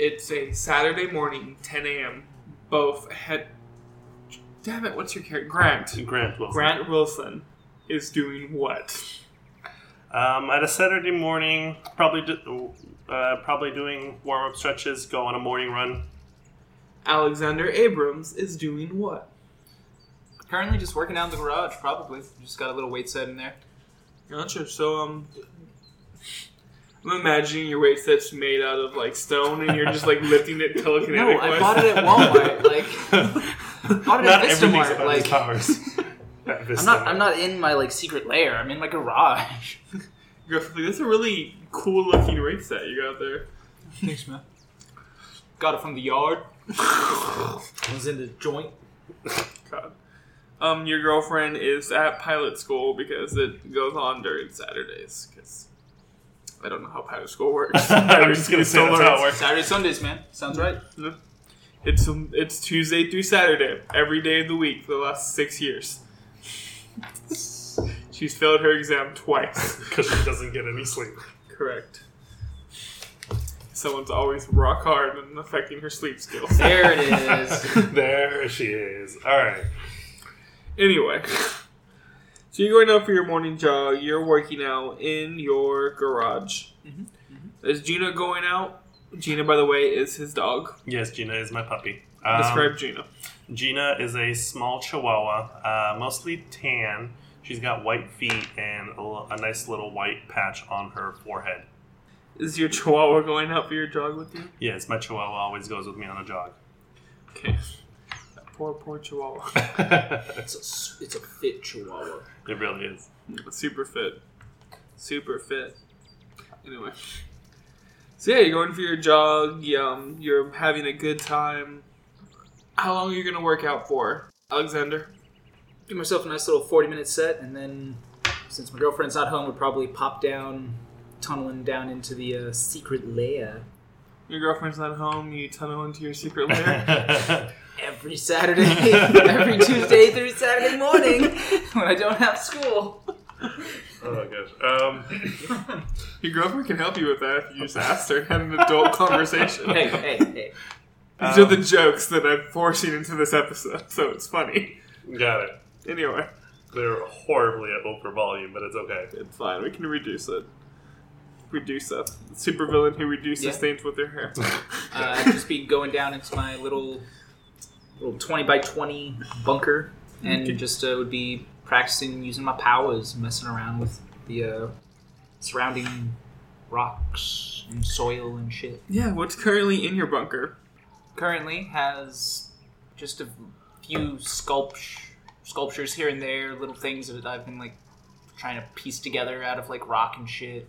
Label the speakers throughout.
Speaker 1: Okay, Saturday morning, 10 a.m. Both had. Damn it! What's your character? Grant.
Speaker 2: Grant Wilson.
Speaker 1: Grant Wilson is doing what?
Speaker 2: Um, at a Saturday morning, probably do, uh, probably doing warm up stretches, go on a morning run.
Speaker 1: Alexander Abrams is doing what?
Speaker 3: Currently just working out in the garage, probably. Just got a little weight set in there.
Speaker 1: Gotcha. So um, I'm imagining your weight set's made out of like stone, and you're just like lifting it telekinetically.
Speaker 3: No, I bought it at Walmart. Like, bought it
Speaker 2: Not
Speaker 3: at
Speaker 2: everything's
Speaker 3: Vistamart.
Speaker 2: about
Speaker 3: Like,
Speaker 2: his powers. At
Speaker 3: I'm not.
Speaker 2: Vistamart.
Speaker 3: I'm not in my like secret lair. I'm in my garage.
Speaker 1: You're like, That's a really cool looking weight set you got there.
Speaker 3: Thanks, man. Got it from the yard.
Speaker 4: was in the joint.
Speaker 1: God. Um, your girlfriend is at pilot school because it goes on during Saturdays. Because I don't know how pilot school works.
Speaker 2: I'm just gonna say that's how it works.
Speaker 3: Saturday, Sundays, man. Sounds right.
Speaker 1: It's it's Tuesday through Saturday, every day of the week for the last six years. She's failed her exam twice.
Speaker 2: because she doesn't get any sleep.
Speaker 1: Correct. Someone's always rock hard and affecting her sleep skills.
Speaker 3: There it is.
Speaker 2: there she is. All right.
Speaker 1: anyway, so you're going out for your morning jog. You're working out in your garage. Is Gina going out? Gina, by the way, is his dog.
Speaker 2: Yes, Gina is my puppy. Um,
Speaker 1: Describe Gina.
Speaker 2: Gina is a small Chihuahua, uh, mostly tan. She's got white feet and a, l- a nice little white patch on her forehead.
Speaker 1: Is your Chihuahua going out for your jog with you?
Speaker 2: Yes, my Chihuahua always goes with me on a jog.
Speaker 1: Okay. That poor, poor Chihuahua.
Speaker 2: it
Speaker 4: It's a, s- it's a fit chihuahua.
Speaker 2: really is.
Speaker 1: Super fit. Super fit. Anyway. So yeah, you're going for your jog, you, um, you're having a good time. How long are you gonna work out for, Alexander?
Speaker 4: do myself a nice little 40 minute set and then since my girlfriend's not home would probably pop down tunneling down into the uh, secret lair
Speaker 1: Your girlfriend's not home, you tunnel into your secret lair.
Speaker 2: Oh,
Speaker 4: every saturday every tuesday through saturday morning when i don't have school
Speaker 2: oh gosh. Um,
Speaker 1: your girlfriend can help you with that if you just asked her and had an adult conversation.
Speaker 4: hey hey hey
Speaker 1: These are the jokes that I'm forcing into this episode, so it's funny.
Speaker 2: got it.
Speaker 1: Anyway,
Speaker 2: They're horribly at over volume, but it's okay.
Speaker 1: it's fine, we can reduce it. Reduce it. Supervillain who reduces
Speaker 3: Yeah.
Speaker 1: things with their hair.
Speaker 4: uh, I'd just be going down into my little little 20 by 20 bunker and just uh, would be practicing using my powers messing around with the uh, surrounding rocks and soil and shit
Speaker 1: Yeah, what's currently in your bunker?
Speaker 4: currently has just a few sculpt sculptures here and there, little things that I've been like trying to piece together out of like rock and shit.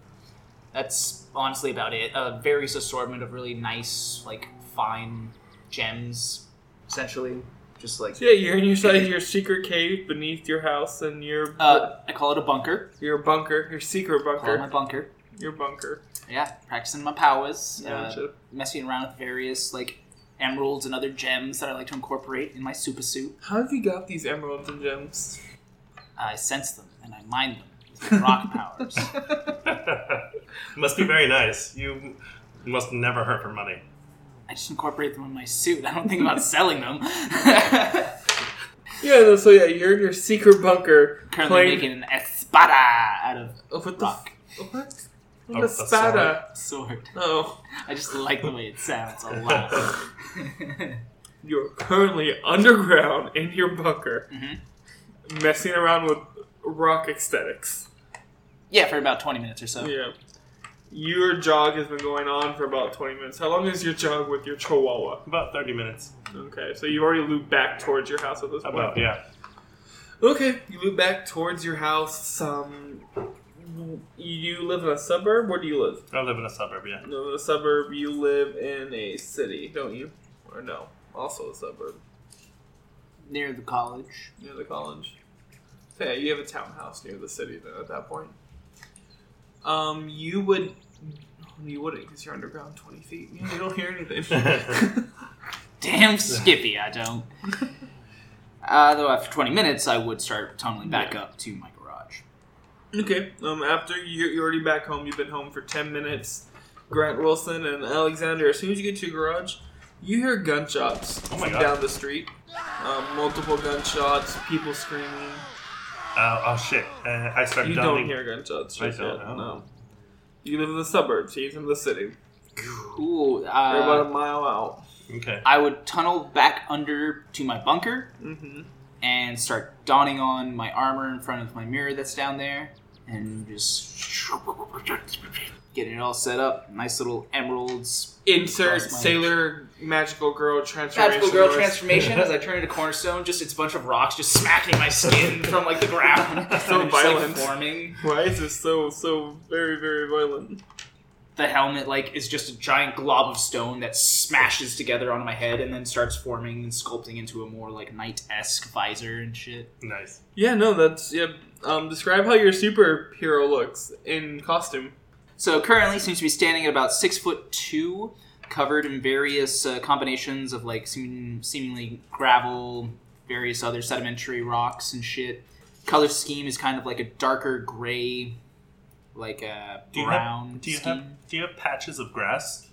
Speaker 4: That's honestly about it. A various assortment of really nice, like fine gems, essentially. Just like
Speaker 1: So yeah, you're inside your secret cave beneath your house and your
Speaker 4: uh, I call it a bunker.
Speaker 1: your bunker, your secret
Speaker 4: I call it my
Speaker 1: bunker,
Speaker 4: bunker.
Speaker 1: your bunker.
Speaker 4: Yeah, practicing my powers, uh,
Speaker 1: Gotcha.
Speaker 4: messing around with various like emeralds and other gems that I like to incorporate in my super suit.
Speaker 1: How have you got these emeralds and gems?
Speaker 4: I sense them and I mine them with my rock powers.
Speaker 2: must be very nice. You must never hurt for money.
Speaker 4: I just incorporate them in my suit. I don't think about selling them.
Speaker 1: Yeah, no, so yeah, you're in your secret bunker
Speaker 4: Currently
Speaker 1: playing.
Speaker 4: making an espada out of
Speaker 1: oh, what the
Speaker 4: rock
Speaker 1: F- what?
Speaker 2: Oh,
Speaker 1: What a
Speaker 2: that's
Speaker 1: spada!
Speaker 4: sword.
Speaker 1: Oh,
Speaker 4: I just like the way it sounds a lot.
Speaker 1: you're currently underground in your bunker,
Speaker 4: Mhm.
Speaker 1: messing around with rock aesthetics.
Speaker 4: yeah, for about twenty minutes or so.
Speaker 1: Yeah. Your jog has been going on for about 20 minutes. How long is your jog with your chihuahua?
Speaker 2: About 30 minutes.
Speaker 1: Okay, so you already looped back towards your house at this point.
Speaker 2: About, yeah.
Speaker 1: Okay, you loop back towards your house. Um, you live in a suburb? Where do you live?
Speaker 2: I live in a suburb, yeah.
Speaker 1: No, in a suburb. You live in a city, don't you? Or no, also a suburb
Speaker 4: Near the college.
Speaker 1: near the college. So yeah, you have a townhouse near the city then at that point. Um, you would. You wouldn't because you're underground 20 feet. Yeah, you don't hear anything.
Speaker 4: Damn Skippy, I don't. Uh, though after twenty minutes, I would start tunneling back up to my garage.
Speaker 1: Okay. Um. After you're, you're already back home, you've been home for ten minutes. Grant Wilson and Alexander, as soon as you get to your garage, you hear gunshots
Speaker 2: Oh my
Speaker 1: from
Speaker 2: God.
Speaker 1: down the street. Um, multiple gunshots, people screaming.
Speaker 2: Uh, oh shit! Uh, I start
Speaker 1: you
Speaker 2: dunning.
Speaker 1: don't hear gunshots.
Speaker 2: I
Speaker 1: just
Speaker 2: don't
Speaker 1: yet,
Speaker 2: know.
Speaker 1: No. You live in the suburbs. He's in the city.
Speaker 4: Ooh,
Speaker 1: You're about a
Speaker 4: uh,
Speaker 1: mile out.
Speaker 2: Okay.
Speaker 4: I would tunnel back under to my bunker
Speaker 1: Mm-hmm.
Speaker 4: and start donning on my armor in front of my mirror that's down there and just getting it all set up. Nice little emeralds.
Speaker 1: Insert
Speaker 4: Plus my-
Speaker 1: sailor magical girl transformation.
Speaker 4: Magical girl
Speaker 1: noise.
Speaker 4: transformation as I turn into cornerstone, just it's a bunch of rocks just smacking my skin from like the ground.
Speaker 1: So
Speaker 4: And it's, like,
Speaker 1: violent.
Speaker 4: forming.
Speaker 1: Why is this so so very very violent?
Speaker 4: The helmet like is just a giant glob of stone that smashes together onto my head and then starts forming and sculpting into a more like knight-esque visor and shit.
Speaker 2: Nice.
Speaker 1: Yeah, no, that's yeah. Um, describe how your superhero looks in costume.
Speaker 4: So currently seems to be standing at about six foot two, covered in various uh, combinations of like seem- seemingly gravel, various other sedimentary rocks and shit. Color scheme is kind of like a darker gray, like a
Speaker 2: Do you
Speaker 4: brown
Speaker 2: have? Do you
Speaker 4: scheme.
Speaker 2: have? Do you have patches of grass?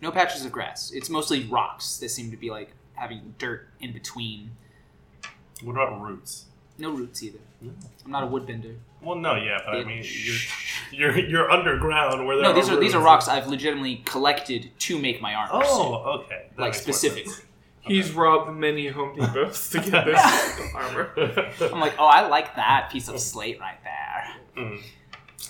Speaker 4: No patches of grass. It's mostly rocks that seem to be like having dirt in between.
Speaker 2: What about roots?
Speaker 4: No roots either.
Speaker 2: Mm.
Speaker 4: I'm not a woodbender.
Speaker 2: Well, no, yeah, but I
Speaker 4: Bitch.
Speaker 2: mean, you're you're, you're underground where there
Speaker 4: No,
Speaker 2: are
Speaker 4: these are these are
Speaker 2: roots.
Speaker 4: rocks I've legitimately collected to make my armor.
Speaker 2: Oh, okay. That
Speaker 4: like
Speaker 2: makes more
Speaker 4: specifically.
Speaker 1: He's robbed many Home Depots to get this armor.
Speaker 2: sense.
Speaker 4: I'm like, oh, I like that piece of slate right there.
Speaker 2: Mm.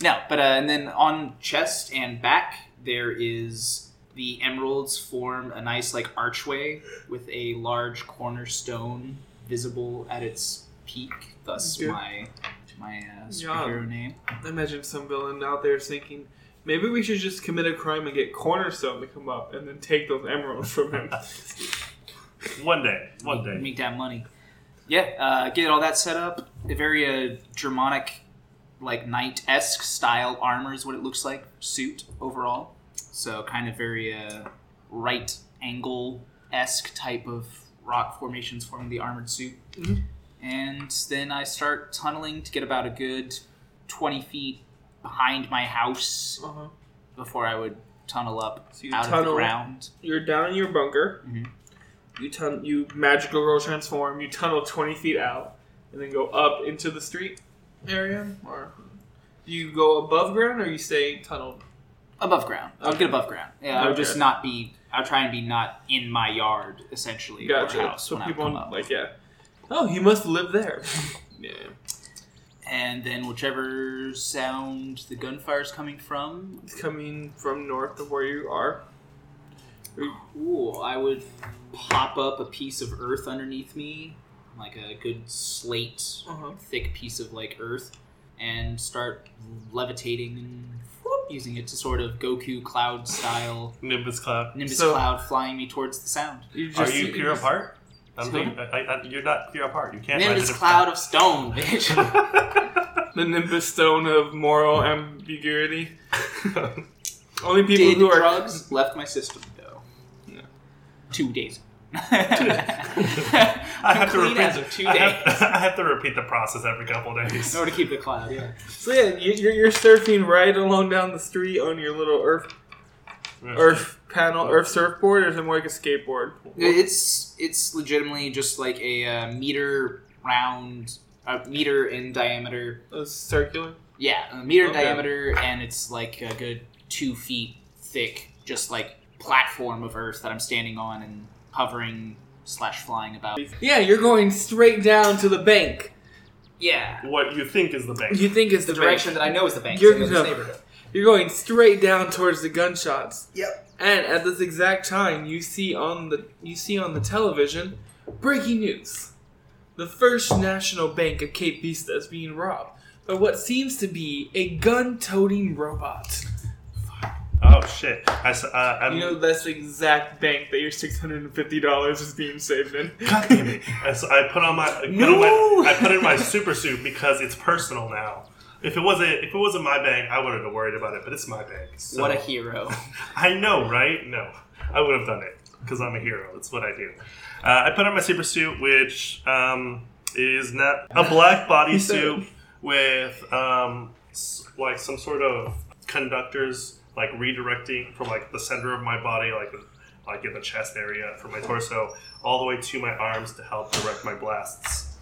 Speaker 4: No, but uh, and then on chest and back there is the emeralds form a nice like archway with a large cornerstone visible at its peak. Thus
Speaker 1: Okay.
Speaker 4: my my uh,
Speaker 1: Yeah.
Speaker 4: superhero name.
Speaker 1: I imagine some villain out there is thinking, maybe we should just commit a crime and get Cornerstone to come up and then take those emeralds from him. Uh-huh.
Speaker 2: one day, one
Speaker 4: Make-
Speaker 2: day.
Speaker 4: Make that money. Yeah, uh, get all that set up. A very uh, Germanic, like knight esque style armor is what it looks like. Suit overall, so kind of very uh, right angle esque type of rock formations forming the armored suit.
Speaker 1: Mhm.
Speaker 4: And then I start tunneling to get about a good twenty feet behind my house
Speaker 1: Uh-huh.
Speaker 4: before I would tunnel up
Speaker 1: So you
Speaker 4: out of the
Speaker 1: tunnel.
Speaker 4: ground.
Speaker 1: You're down in your bunker.
Speaker 4: Mhm.
Speaker 1: You tun- you magical girl transform. You tunnel twenty feet out and then go up into the street area, or do you go above ground or you stay tunneled?
Speaker 4: Above ground. I would get above ground. Yeah, I would just
Speaker 1: Okay.
Speaker 4: not be. I would try and be not in my yard, essentially,
Speaker 1: Gotcha.
Speaker 4: or house
Speaker 1: so
Speaker 4: when
Speaker 1: people
Speaker 4: I come up.
Speaker 1: like yeah. Oh, he must live there. yeah.
Speaker 4: and then whichever sound the gunfire's coming from,
Speaker 1: It's coming from north of where you are.
Speaker 4: ooh, I would pop up a piece of earth underneath me, like a good slate,
Speaker 1: Uh-huh.
Speaker 4: thick piece of like earth, and start levitating and whoop, using it to sort of Goku cloud style
Speaker 2: Nimbus cloud.
Speaker 4: Nimbus
Speaker 1: So-
Speaker 4: cloud flying me towards the sound.
Speaker 1: You
Speaker 2: Are you pure
Speaker 1: just-
Speaker 2: of heart? I'm thinking, I, I, you're not pure of heart. You can't.
Speaker 4: Nimbus
Speaker 2: imagine
Speaker 4: cloud of stone, bitch.
Speaker 2: if-
Speaker 1: The Nimbus Stone of moral ambiguity. Only people
Speaker 4: did
Speaker 1: who are
Speaker 4: drugs left my system though.
Speaker 1: Yeah.
Speaker 4: Two days.
Speaker 2: I have to
Speaker 4: Clean
Speaker 2: repeat.
Speaker 4: as of two
Speaker 2: I
Speaker 4: days.
Speaker 2: have, I have to repeat the process every couple of days.
Speaker 4: In order to keep the cloud, yeah.
Speaker 1: So yeah, you- you're, you're surfing right along down the street on your little earth earth panel earth surfboard, or is it more like a skateboard?
Speaker 4: It's it's legitimately just like a uh, meter round, a meter in diameter.
Speaker 1: A circular.
Speaker 4: Yeah, a meter
Speaker 1: Okay.
Speaker 4: in diameter, and it's like a good two feet thick, just like platform of earth that I'm standing on and hovering slash flying about.
Speaker 1: Yeah, you're going straight down to the bank.
Speaker 4: Yeah,
Speaker 2: What you think is the bank?
Speaker 1: You think it's
Speaker 4: the
Speaker 1: the,
Speaker 4: direction
Speaker 1: Bank.
Speaker 4: that I know is the bank.
Speaker 1: You're
Speaker 4: so I know this
Speaker 1: gonna-
Speaker 4: neighborhood.
Speaker 1: You're going straight down towards the gunshots.
Speaker 4: Yep.
Speaker 1: And at this exact time, you see on the you see on the television breaking news: the First National Bank of Cape Vista is being robbed by what seems to be a gun-toting robot.
Speaker 2: Oh shit! I, s- uh, I'm,
Speaker 1: You know that's the exact bank that your six hundred and fifty dollars is being saved in.
Speaker 2: God damn it. I s- I put on my I put, on
Speaker 4: No!
Speaker 2: my I put in my super suit because it's personal now. If it wasn't if it wasn't my bank, I wouldn't have worried about it. But it's my bank. So.
Speaker 4: What a hero.
Speaker 2: I know, right? No, I would have done it because I'm a hero. It's what I do. Uh, I put on my super suit, which um, is not a black bodysuit with um, s- like some sort of conductor's like redirecting from like the center of my body, like like in the chest area, from my torso all the way to my arms to help direct my blasts.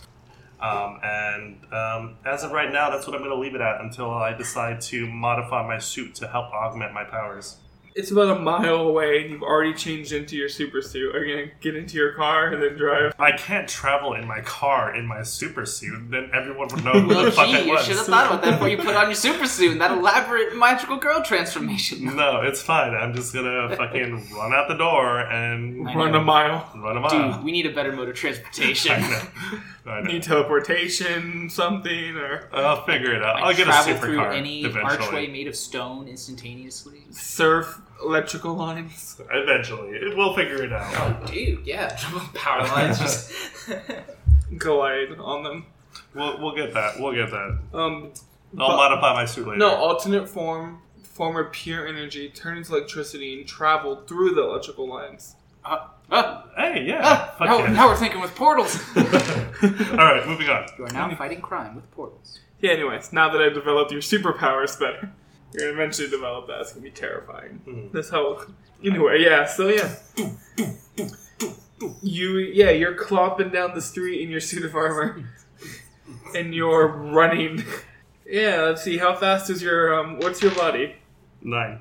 Speaker 2: Um, and um, as of right now, that's what I'm going to leave it at until I decide to modify my suit to help augment my powers.
Speaker 1: It's about a mile away, and you've already changed into your super suit. Are you gonna get into your car and then drive?
Speaker 2: I can't travel in my car in my super suit. Then everyone would know who the fuck I
Speaker 4: Oh, you should have
Speaker 2: was.
Speaker 4: thought about that before you put on your super suit and that elaborate magical girl transformation.
Speaker 2: No, it's fine. I'm just gonna fucking run out the door and
Speaker 4: I know.
Speaker 1: Run a mile.
Speaker 2: run a
Speaker 4: Dude,
Speaker 2: mile.
Speaker 4: we need a better mode of transportation.
Speaker 2: I know. I know.
Speaker 1: Need teleportation, something, or
Speaker 2: I'll figure it out.
Speaker 4: Like,
Speaker 2: I'll get a
Speaker 4: travel
Speaker 2: supercar
Speaker 4: through any
Speaker 2: eventually.
Speaker 4: archway made of stone instantaneously.
Speaker 1: surf electrical lines.
Speaker 2: Eventually, It- we'll figure it out.
Speaker 4: Oh, Dude, yeah, power lines. Just
Speaker 1: Collide on them.
Speaker 2: We'll, we'll get that. We'll get that.
Speaker 1: Um,
Speaker 2: I'll
Speaker 1: But-
Speaker 2: modify my suit later.
Speaker 1: No, alternate form, form of pure energy, turn into electricity and travel through the electrical lines.
Speaker 4: Ah, ah,
Speaker 2: Hey, yeah.
Speaker 4: ah,
Speaker 2: fuck
Speaker 4: now,
Speaker 2: yeah.
Speaker 4: now we're thinking with portals.
Speaker 2: All right, moving on.
Speaker 4: you are now fighting crime with portals.
Speaker 1: Yeah, anyways, now that I've developed your superpowers better, you're gonna eventually develop that. It's gonna be terrifying.
Speaker 2: Hmm.
Speaker 1: That's how. Anyway, yeah, so yeah. You, yeah, you're clopping down the street in your suit of armor. And you're running. Yeah, let's see, how fast is your, um, what's your body?
Speaker 2: Nine.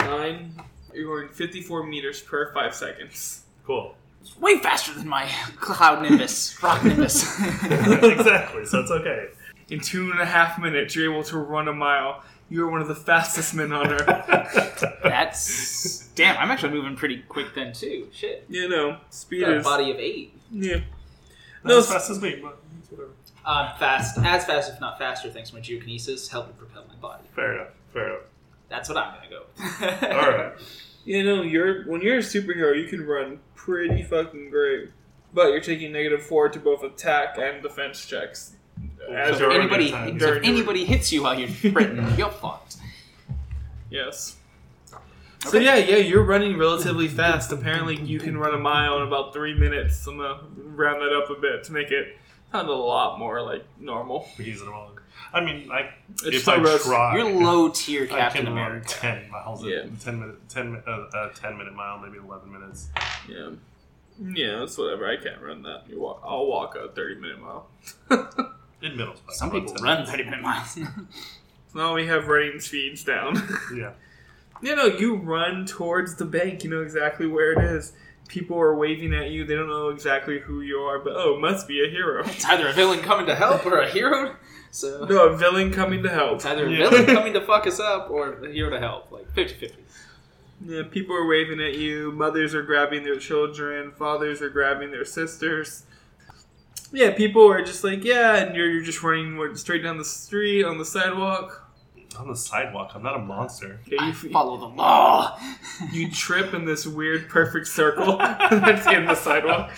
Speaker 1: Nine. You're going 54 meters per five seconds.
Speaker 2: Cool.
Speaker 4: It's way faster than my cloud nimbus, rock nimbus.
Speaker 2: exactly. So it's okay.
Speaker 1: In two and a half minutes, you're able to run a mile. You're one of the fastest men on earth.
Speaker 4: That's damn. I'm actually moving pretty quick then too. Shit,
Speaker 1: you know, speed
Speaker 4: Got a
Speaker 1: is.
Speaker 4: body of eight.
Speaker 1: Yeah.
Speaker 2: Not
Speaker 1: No,
Speaker 2: as
Speaker 1: s-
Speaker 2: fast as me. but whatever.
Speaker 4: I'm Um, fast, as fast if not faster, thanks to my geokinesis, helping propel my body.
Speaker 2: Fair enough. Fair enough.
Speaker 4: That's what I'm gonna go. With.
Speaker 2: All right.
Speaker 1: you know, you're when you're a superhero, you can run pretty fucking great. But you're taking negative four to both attack and defense checks. As
Speaker 2: Sure.
Speaker 1: you're,
Speaker 4: anybody,
Speaker 2: During
Speaker 4: if
Speaker 1: your-
Speaker 4: anybody hits you while you're sprinting, you're fucked.
Speaker 1: yes. So yeah, yeah, you're running relatively fast. Apparently, you can run a mile in about three minutes. I'm gonna round that up a bit to make it sound a lot more like normal.
Speaker 2: Reasonable. I mean, like
Speaker 1: It's
Speaker 2: if
Speaker 1: so
Speaker 2: I
Speaker 1: rough.
Speaker 2: try,
Speaker 4: You're low tier
Speaker 2: I
Speaker 4: Captain
Speaker 2: can run
Speaker 4: America.
Speaker 2: ten miles.
Speaker 1: Yeah.
Speaker 2: Yeah. Ten minute. Ten mi- uh, uh, ten minute mile. Maybe eleven minutes.
Speaker 1: Yeah, yeah, that's whatever. I can't run that. You walk, I'll walk a thirty minute mile.
Speaker 2: In middle. spec,
Speaker 4: Some
Speaker 2: about
Speaker 4: people
Speaker 2: 10
Speaker 4: run 30 minute miles.
Speaker 1: Now we have running speeds down.
Speaker 2: Yeah.
Speaker 1: No, no, you run towards the bank. You know exactly where it is. People are waving at you. They don't know exactly who you are, but oh, must be a hero.
Speaker 4: it's either a villain coming to help or a hero. So
Speaker 1: No, a villain coming to help.
Speaker 4: it's either a
Speaker 2: Yeah.
Speaker 4: villain coming to fuck us up or a hero to help. Like 50 50.
Speaker 1: Yeah, people are waving at you. Mothers are grabbing their children. Fathers are grabbing their sisters. Yeah, people are just like, yeah, and you're, you're just running straight down the street on the sidewalk.
Speaker 2: On the sidewalk. I'm not a monster.
Speaker 1: Yeah,
Speaker 4: I
Speaker 1: you,
Speaker 4: follow the law.
Speaker 1: you trip in this weird perfect circle that's in the sidewalk.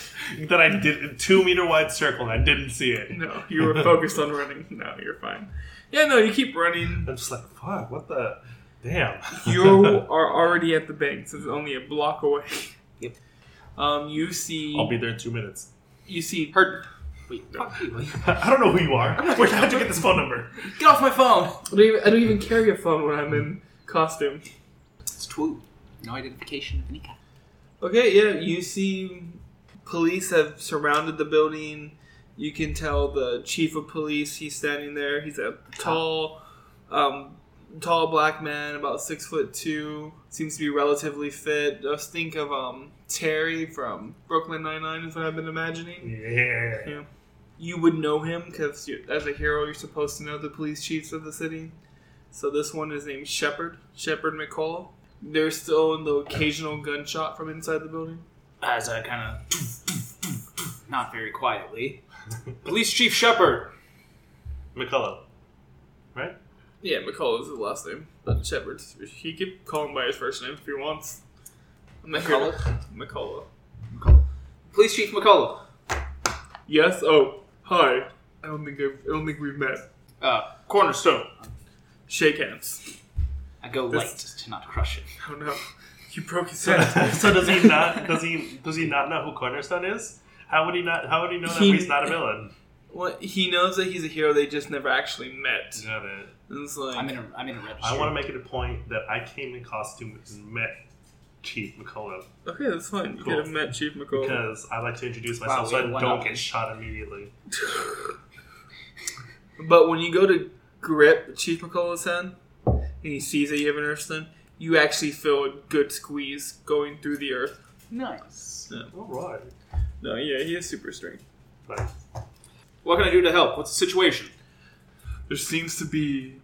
Speaker 2: that I did a two meter wide circle and I didn't see it.
Speaker 1: No, you were focused on running. No, you're fine. Yeah, no, you keep running.
Speaker 2: I'm just like, fuck, what the damn?
Speaker 1: you are already at the bank, so it's only a block away.
Speaker 4: Yep.
Speaker 1: Um, you see,
Speaker 2: I'll be there in two minutes.
Speaker 1: you see,
Speaker 4: Heard. Wait, fuck you. wait.
Speaker 2: I don't know who you are. Where how'd you get this phone number?
Speaker 4: Get off my phone.
Speaker 1: I don't, even, I don't even carry a phone when I'm in costume.
Speaker 4: It's Twoo. No identification of any kind.
Speaker 1: Okay, yeah, you see, police have surrounded the building. You can tell the chief of police. He's standing there. He's a tall, um, tall black man, about six foot two. Seems to be relatively fit. Just think of um, Terry from Brooklyn Nine Nine, is what I've been imagining.
Speaker 2: Yeah.
Speaker 1: you would know him because as a hero you're supposed to know the police chiefs of the city so this one is named shepherd shepherd mccullough there's still the occasional gunshot from inside the building
Speaker 4: As I kind of. Not very quietly. Police Chief Shepard.
Speaker 2: McCullough. Right?
Speaker 1: yeah mccullough is his last name but shepherd he could call him by his first name if he wants I'm not here to- mccullough
Speaker 4: Police Chief McCullough.
Speaker 1: yes oh hi i don't think I've, i don't think we've met
Speaker 4: Uh, Cornerstone.
Speaker 1: shake hands
Speaker 4: I go
Speaker 1: This-
Speaker 4: light just to not crush it.
Speaker 1: oh no you broke his
Speaker 2: So,
Speaker 1: hand
Speaker 2: so does he not does he does he not know who Cornerstone is? How would he not how would he know that
Speaker 1: He-
Speaker 2: he's not a villain?
Speaker 1: Well, he knows that he's a hero they just never actually met.
Speaker 2: Got it.
Speaker 1: And it's like,
Speaker 4: I'm in a, I'm in a registry.
Speaker 2: I want to make it a point that I came in costume and met Chief McCullough
Speaker 1: okay, that's fine. You
Speaker 2: Cool.
Speaker 1: could have met Chief McCall.
Speaker 2: because I like to introduce
Speaker 4: Wow,
Speaker 2: myself
Speaker 4: we
Speaker 2: so I
Speaker 4: one
Speaker 2: don't
Speaker 4: up.
Speaker 2: get shot immediately.
Speaker 1: But when you go to grip Chief McCullough's hand and he sees that you have an earth stone, you actually feel a good squeeze going through the earth.
Speaker 4: nice.
Speaker 2: All right.
Speaker 1: No, yeah, he has super strength.
Speaker 2: But
Speaker 3: What can I do to help? What's the situation?
Speaker 1: There seems to be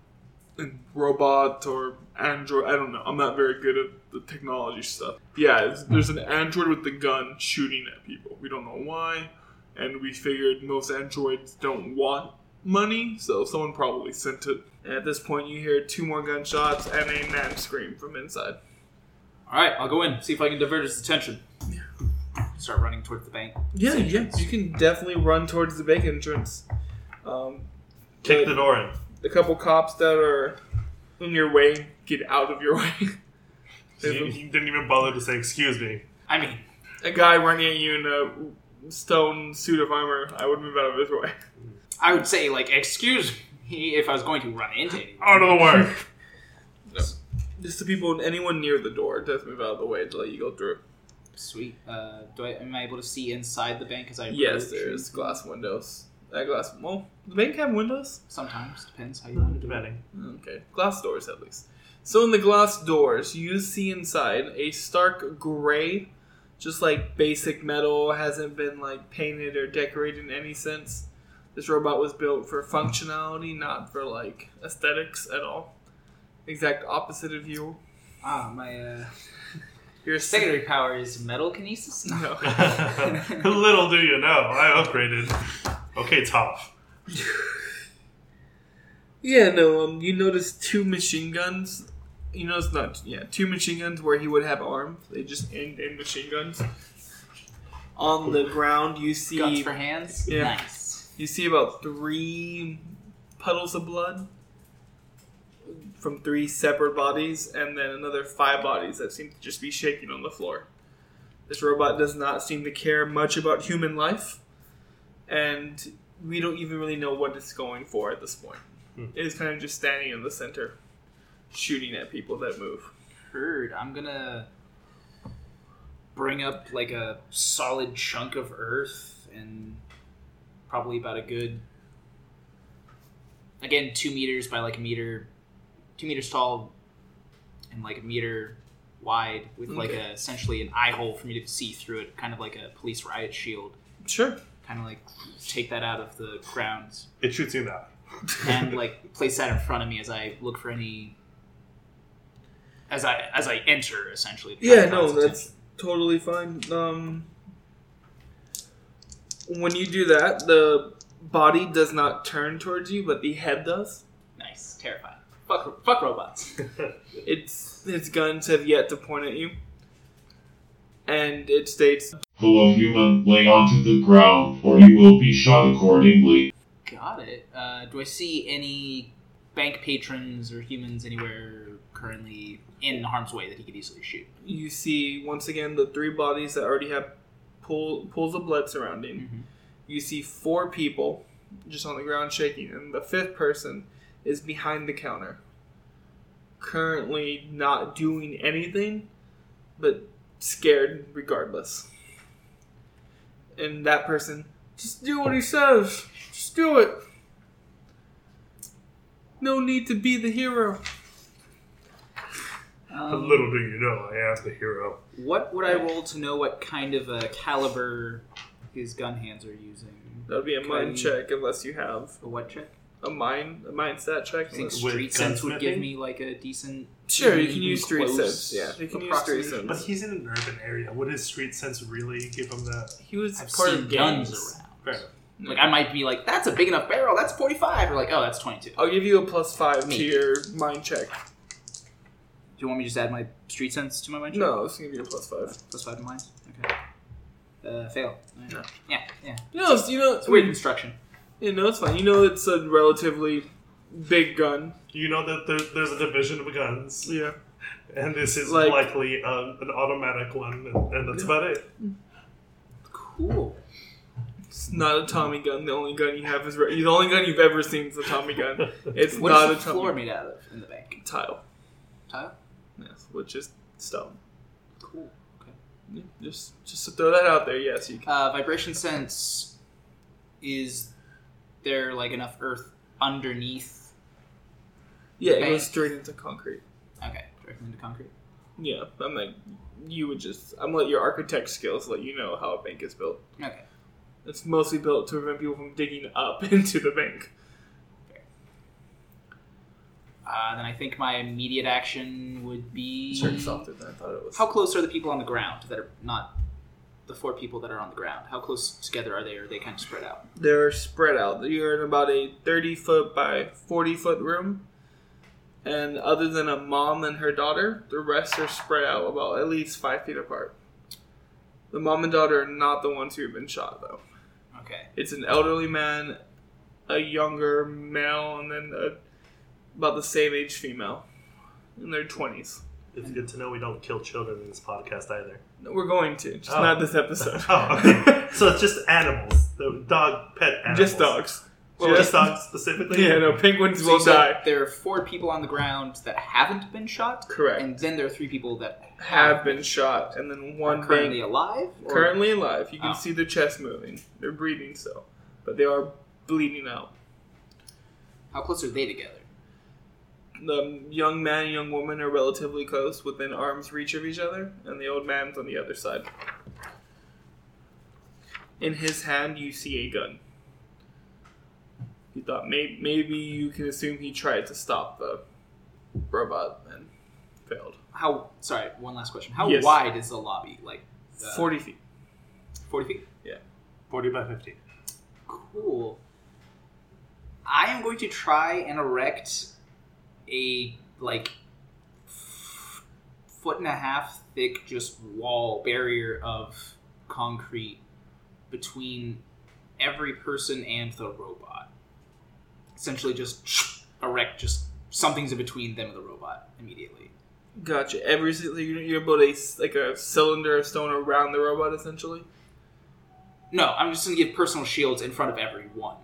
Speaker 1: a robot or android. I don't know. I'm not very good at the technology stuff. Yeah, it's, there's an android with the gun shooting at people. We don't know why, and we figured most androids don't want money, so someone probably sent it. And at this point, you hear two more gunshots and a man scream from inside.
Speaker 3: All right, I'll go in see if I can divert his attention. Start running towards the bank.
Speaker 1: Yeah, yeah, you can definitely run towards the bank entrance. Um,
Speaker 2: kick
Speaker 1: but
Speaker 2: the door in.
Speaker 1: the couple cops that are in your way get out of your way.
Speaker 2: You,
Speaker 1: There's
Speaker 2: you didn't even bother to say excuse me.
Speaker 3: I mean,
Speaker 1: a, a guy running at you in a stone suit of armor. I would move out of his way.
Speaker 3: I would say like excuse me if I was going to run into anyone.
Speaker 2: Out of the way.
Speaker 1: Just the people, anyone near the door, does move out of the way to let you go through.
Speaker 4: Sweet. Uh, do I am I able to see inside the bank as I?
Speaker 1: Yes,
Speaker 4: approach?
Speaker 1: there's glass windows. That glass. Well, the bank have windows.
Speaker 4: Sometimes depends how you want to do it.
Speaker 2: Depending.
Speaker 1: Okay, glass doors at least. So in the glass doors, you see inside a stark gray, just like basic metal, hasn't been like painted or decorated in any sense. This robot was built for functionality, not for like aesthetics at all. Exact opposite of you.
Speaker 4: Ah, my uh,
Speaker 1: You're a
Speaker 4: secondary power is metal kinesis. No.
Speaker 1: No.
Speaker 2: Little do you know, I upgraded. Okay, Toph.
Speaker 1: Yeah, no, um, you notice two machine guns. You notice not, yeah, two machine guns where he would have arms. They just end in machine guns. On the ground, you see
Speaker 4: Guns for hands.
Speaker 1: Yeah.
Speaker 4: Nice.
Speaker 1: You see about three puddles of blood from three separate bodies, and then another five bodies that seem to just be shaking on the floor. This robot does not seem to care much about human life, and we don't even really know what it's going for at this point.
Speaker 2: Hmm.
Speaker 1: It is kind of just standing in the center, shooting at people that move.
Speaker 4: Heard. I'm gonna bring up like a solid chunk of earth and probably about a good again two meters by like a meter, two meters tall, and like a meter wide with like
Speaker 1: Okay.
Speaker 4: a, essentially an eye hole for me to see through it, kind of like a police riot shield.
Speaker 1: Sure.
Speaker 4: Kind of like take that out of the grounds
Speaker 2: It shoots you now.
Speaker 4: and like place that in front of me as I look for any as I as I enter essentially. to try
Speaker 1: Yeah,
Speaker 4: to draw
Speaker 1: no,
Speaker 4: its
Speaker 1: that's totally fine. Um, when you do that, the body does not turn towards you, but the head does.
Speaker 4: attention. nice, terrifying. Fuck, fuck robots.
Speaker 1: Its its guns have yet to point at you, and it states,
Speaker 5: Hello human, lay onto the ground, or you will be shot accordingly.
Speaker 4: Got it. Uh, do I see any bank patrons or humans anywhere currently in harm's way that he could easily shoot?
Speaker 1: "You see once again the three bodies that already have pool, pools of blood surrounding."
Speaker 4: Mhm.
Speaker 1: You see four people just on the ground shaking, and the fifth person is behind the counter, currently not doing anything, but scared regardless. And that person, just do what he says, just do it. No need to be the hero.
Speaker 4: Um,
Speaker 2: Little do you know, I am the hero.
Speaker 4: What would I roll to know what kind of a caliber his gun hands are using?
Speaker 1: That would be a mind check unless you have
Speaker 4: A what check?
Speaker 1: a mind a mindset check.
Speaker 4: I think
Speaker 2: With
Speaker 4: street sense would give
Speaker 2: gunsmithing?
Speaker 4: me like a decent.
Speaker 1: Sure, you can
Speaker 4: even
Speaker 1: use street
Speaker 4: close
Speaker 1: sense. Yeah, you can use street
Speaker 4: approximation.
Speaker 1: sense.
Speaker 2: But he's in an urban area. Would his street sense really give him that?
Speaker 1: He was
Speaker 4: I've
Speaker 1: part
Speaker 4: seen
Speaker 1: of
Speaker 4: guns
Speaker 1: gangs.
Speaker 4: around.
Speaker 2: Fair enough.
Speaker 4: Like I might be like, that's a big enough barrel. That's forty five. Or like, oh, that's twenty two. Do
Speaker 1: I'll give you a plus five
Speaker 4: Me.
Speaker 1: to your mind check.
Speaker 4: you want me to just add my street sense to my mind? check?
Speaker 1: No, it's gonna be a plus five.
Speaker 4: Plus five to mine. Okay. Uh, fail.
Speaker 1: No.
Speaker 4: Yeah, yeah.
Speaker 1: You know, it's, you know,
Speaker 4: It's weird construction.
Speaker 1: You know, it's fine. You know, it's a relatively big gun.
Speaker 2: You know that there, there's a division of guns,
Speaker 1: Yeah.
Speaker 2: and this is
Speaker 1: Like-
Speaker 2: likely um, an automatic one, and, and that's about it.
Speaker 4: Cool.
Speaker 1: It's not a Tommy gun. The only gun you have is re- the only gun you've ever seen is a Tommy gun. It's
Speaker 4: What
Speaker 1: not
Speaker 4: is
Speaker 1: a
Speaker 4: the
Speaker 1: Tommy
Speaker 4: floor
Speaker 1: gun.
Speaker 4: made out of in the bank?
Speaker 1: tile.
Speaker 4: Tile?
Speaker 1: Yes, which is stone.
Speaker 4: Cool.
Speaker 1: Yeah, Just just to throw that out there. Yes, you can.
Speaker 4: Uh, vibration sense is there like enough earth underneath?
Speaker 1: Yeah, it
Speaker 4: Bang.
Speaker 1: goes straight into concrete.
Speaker 4: Okay, directly into concrete.
Speaker 1: Yeah, I'm like, you would just. I'm let your architect skills let you know how a bank is built.
Speaker 4: Okay.
Speaker 1: It's mostly built to prevent people from digging up into the bank.
Speaker 4: Uh, then I think my immediate action would be.
Speaker 1: Sure, softer than I thought it was.
Speaker 4: How close are the people on the ground that are not the four people that are on the ground? How close together are they? Or are they kind of spread out?
Speaker 1: They're spread out. You're in about a 30 foot by 40 foot room. And other than a mom and her daughter, the rest are spread out about at least five feet apart. The mom and daughter are not the ones who have been shot, though.
Speaker 4: Okay.
Speaker 1: It's an elderly man, a younger male, and then a, about the same age female in their 20s.
Speaker 2: It's good to know we don't kill children in this podcast either.
Speaker 1: We're going to, just
Speaker 2: Oh.
Speaker 1: not this episode.
Speaker 2: Oh, okay. so it's just animals, the dog, pet animals,
Speaker 1: just dogs.
Speaker 2: Well,
Speaker 1: Just-
Speaker 2: just dogs specifically.
Speaker 1: Yeah, no, penguins
Speaker 4: So you
Speaker 1: will
Speaker 4: said
Speaker 1: die.
Speaker 4: There are four people on the ground that haven't been shot.
Speaker 1: Correct.
Speaker 4: And then there are three people that
Speaker 1: Have been shot, and then one
Speaker 4: are currently
Speaker 1: being
Speaker 4: alive. or-
Speaker 1: currently alive. You can
Speaker 4: Oh.
Speaker 1: see their chest moving. They're breathing still, but they are bleeding out.
Speaker 4: How close are they together?
Speaker 1: The young man and young woman are relatively close, within arm's reach of each other, and the old man's on the other side. In his hand, you see a gun. You thought may- maybe you can assume he tried to stop the robot and failed.
Speaker 4: How? Sorry, one last question. How
Speaker 1: Yes.
Speaker 4: wide is the lobby? Like uh,
Speaker 1: 40 feet.
Speaker 4: forty feet.
Speaker 2: forty by fifty.
Speaker 4: Cool. I am going to try and erect a like f- foot and a half thick just wall barrier of concrete between every person and the robot. Essentially, just erect just something's in between them and the robot immediately.
Speaker 1: Gotcha. Every single you- you're able to s- like a cylinder of stone around the robot essentially.
Speaker 4: No, I'm just going to give personal shields in front of everyone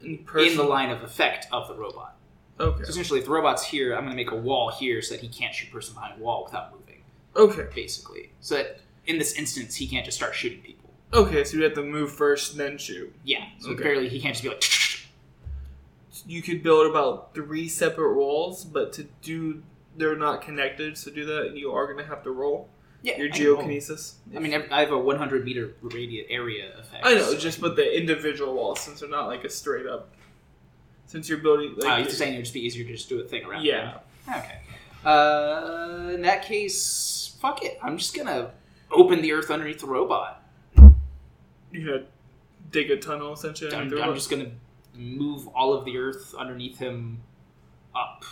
Speaker 1: In
Speaker 4: in
Speaker 1: person.
Speaker 4: the line of effect of the robot. So
Speaker 1: Okay.
Speaker 4: essentially, if the robot's here, I'm going to make a wall here so that he can't shoot person behind a wall without moving,
Speaker 1: Okay.
Speaker 4: basically. So that in this instance, he can't just start shooting people.
Speaker 1: Okay. So you have to move first, then shoot.
Speaker 4: Yeah. So
Speaker 1: Okay.
Speaker 4: barely, he can't just be like.
Speaker 1: You could build about three separate walls, but to do they're not connected. So do that, and you are gonna have to roll
Speaker 4: Yeah.
Speaker 1: your
Speaker 4: I can roll.
Speaker 1: geokinesis.
Speaker 4: I mean, I have a 100 meter radius area effect.
Speaker 1: I know.
Speaker 4: so-
Speaker 1: Just but the individual walls, since they're not like a straight up. Since you're building,
Speaker 4: Oh,
Speaker 1: like,
Speaker 4: you're saying it would just be easier to just do a thing around.
Speaker 1: yeah.
Speaker 4: him. Okay. Uh, in that case, fuck it. I'm just gonna open the earth underneath the robot.
Speaker 1: You know, dig a tunnel essentially.
Speaker 4: I'm,
Speaker 1: through
Speaker 4: I'm
Speaker 1: it.
Speaker 4: just gonna move all of the earth underneath him up.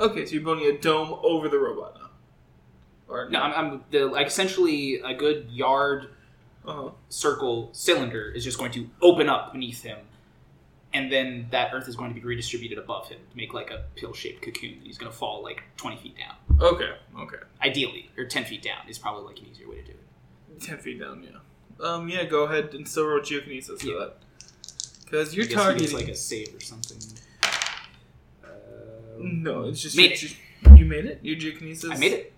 Speaker 1: Okay, so you're building a dome over the robot now. Or
Speaker 4: No, I'm, I'm the, like essentially a good yard
Speaker 1: Uh-huh.
Speaker 4: circle cylinder is just going to open up beneath him, and then that earth is going to be redistributed above him to make like a pill shaped cocoon. And he's going to fall like 20 feet down,
Speaker 1: Okay, okay.
Speaker 4: ideally, or 10 feet down is probably like an easier way to do it.
Speaker 1: Ten feet down, yeah. Um, yeah, go ahead and still roll geokinesis for
Speaker 4: Yeah.
Speaker 1: that. Because you're
Speaker 4: I guess he needs,
Speaker 1: targeting...
Speaker 4: like a save or something. Uh,
Speaker 1: No, it's just...
Speaker 4: Made
Speaker 1: you,
Speaker 4: it.
Speaker 1: just- you made it? Your geokinesis?
Speaker 4: I made it.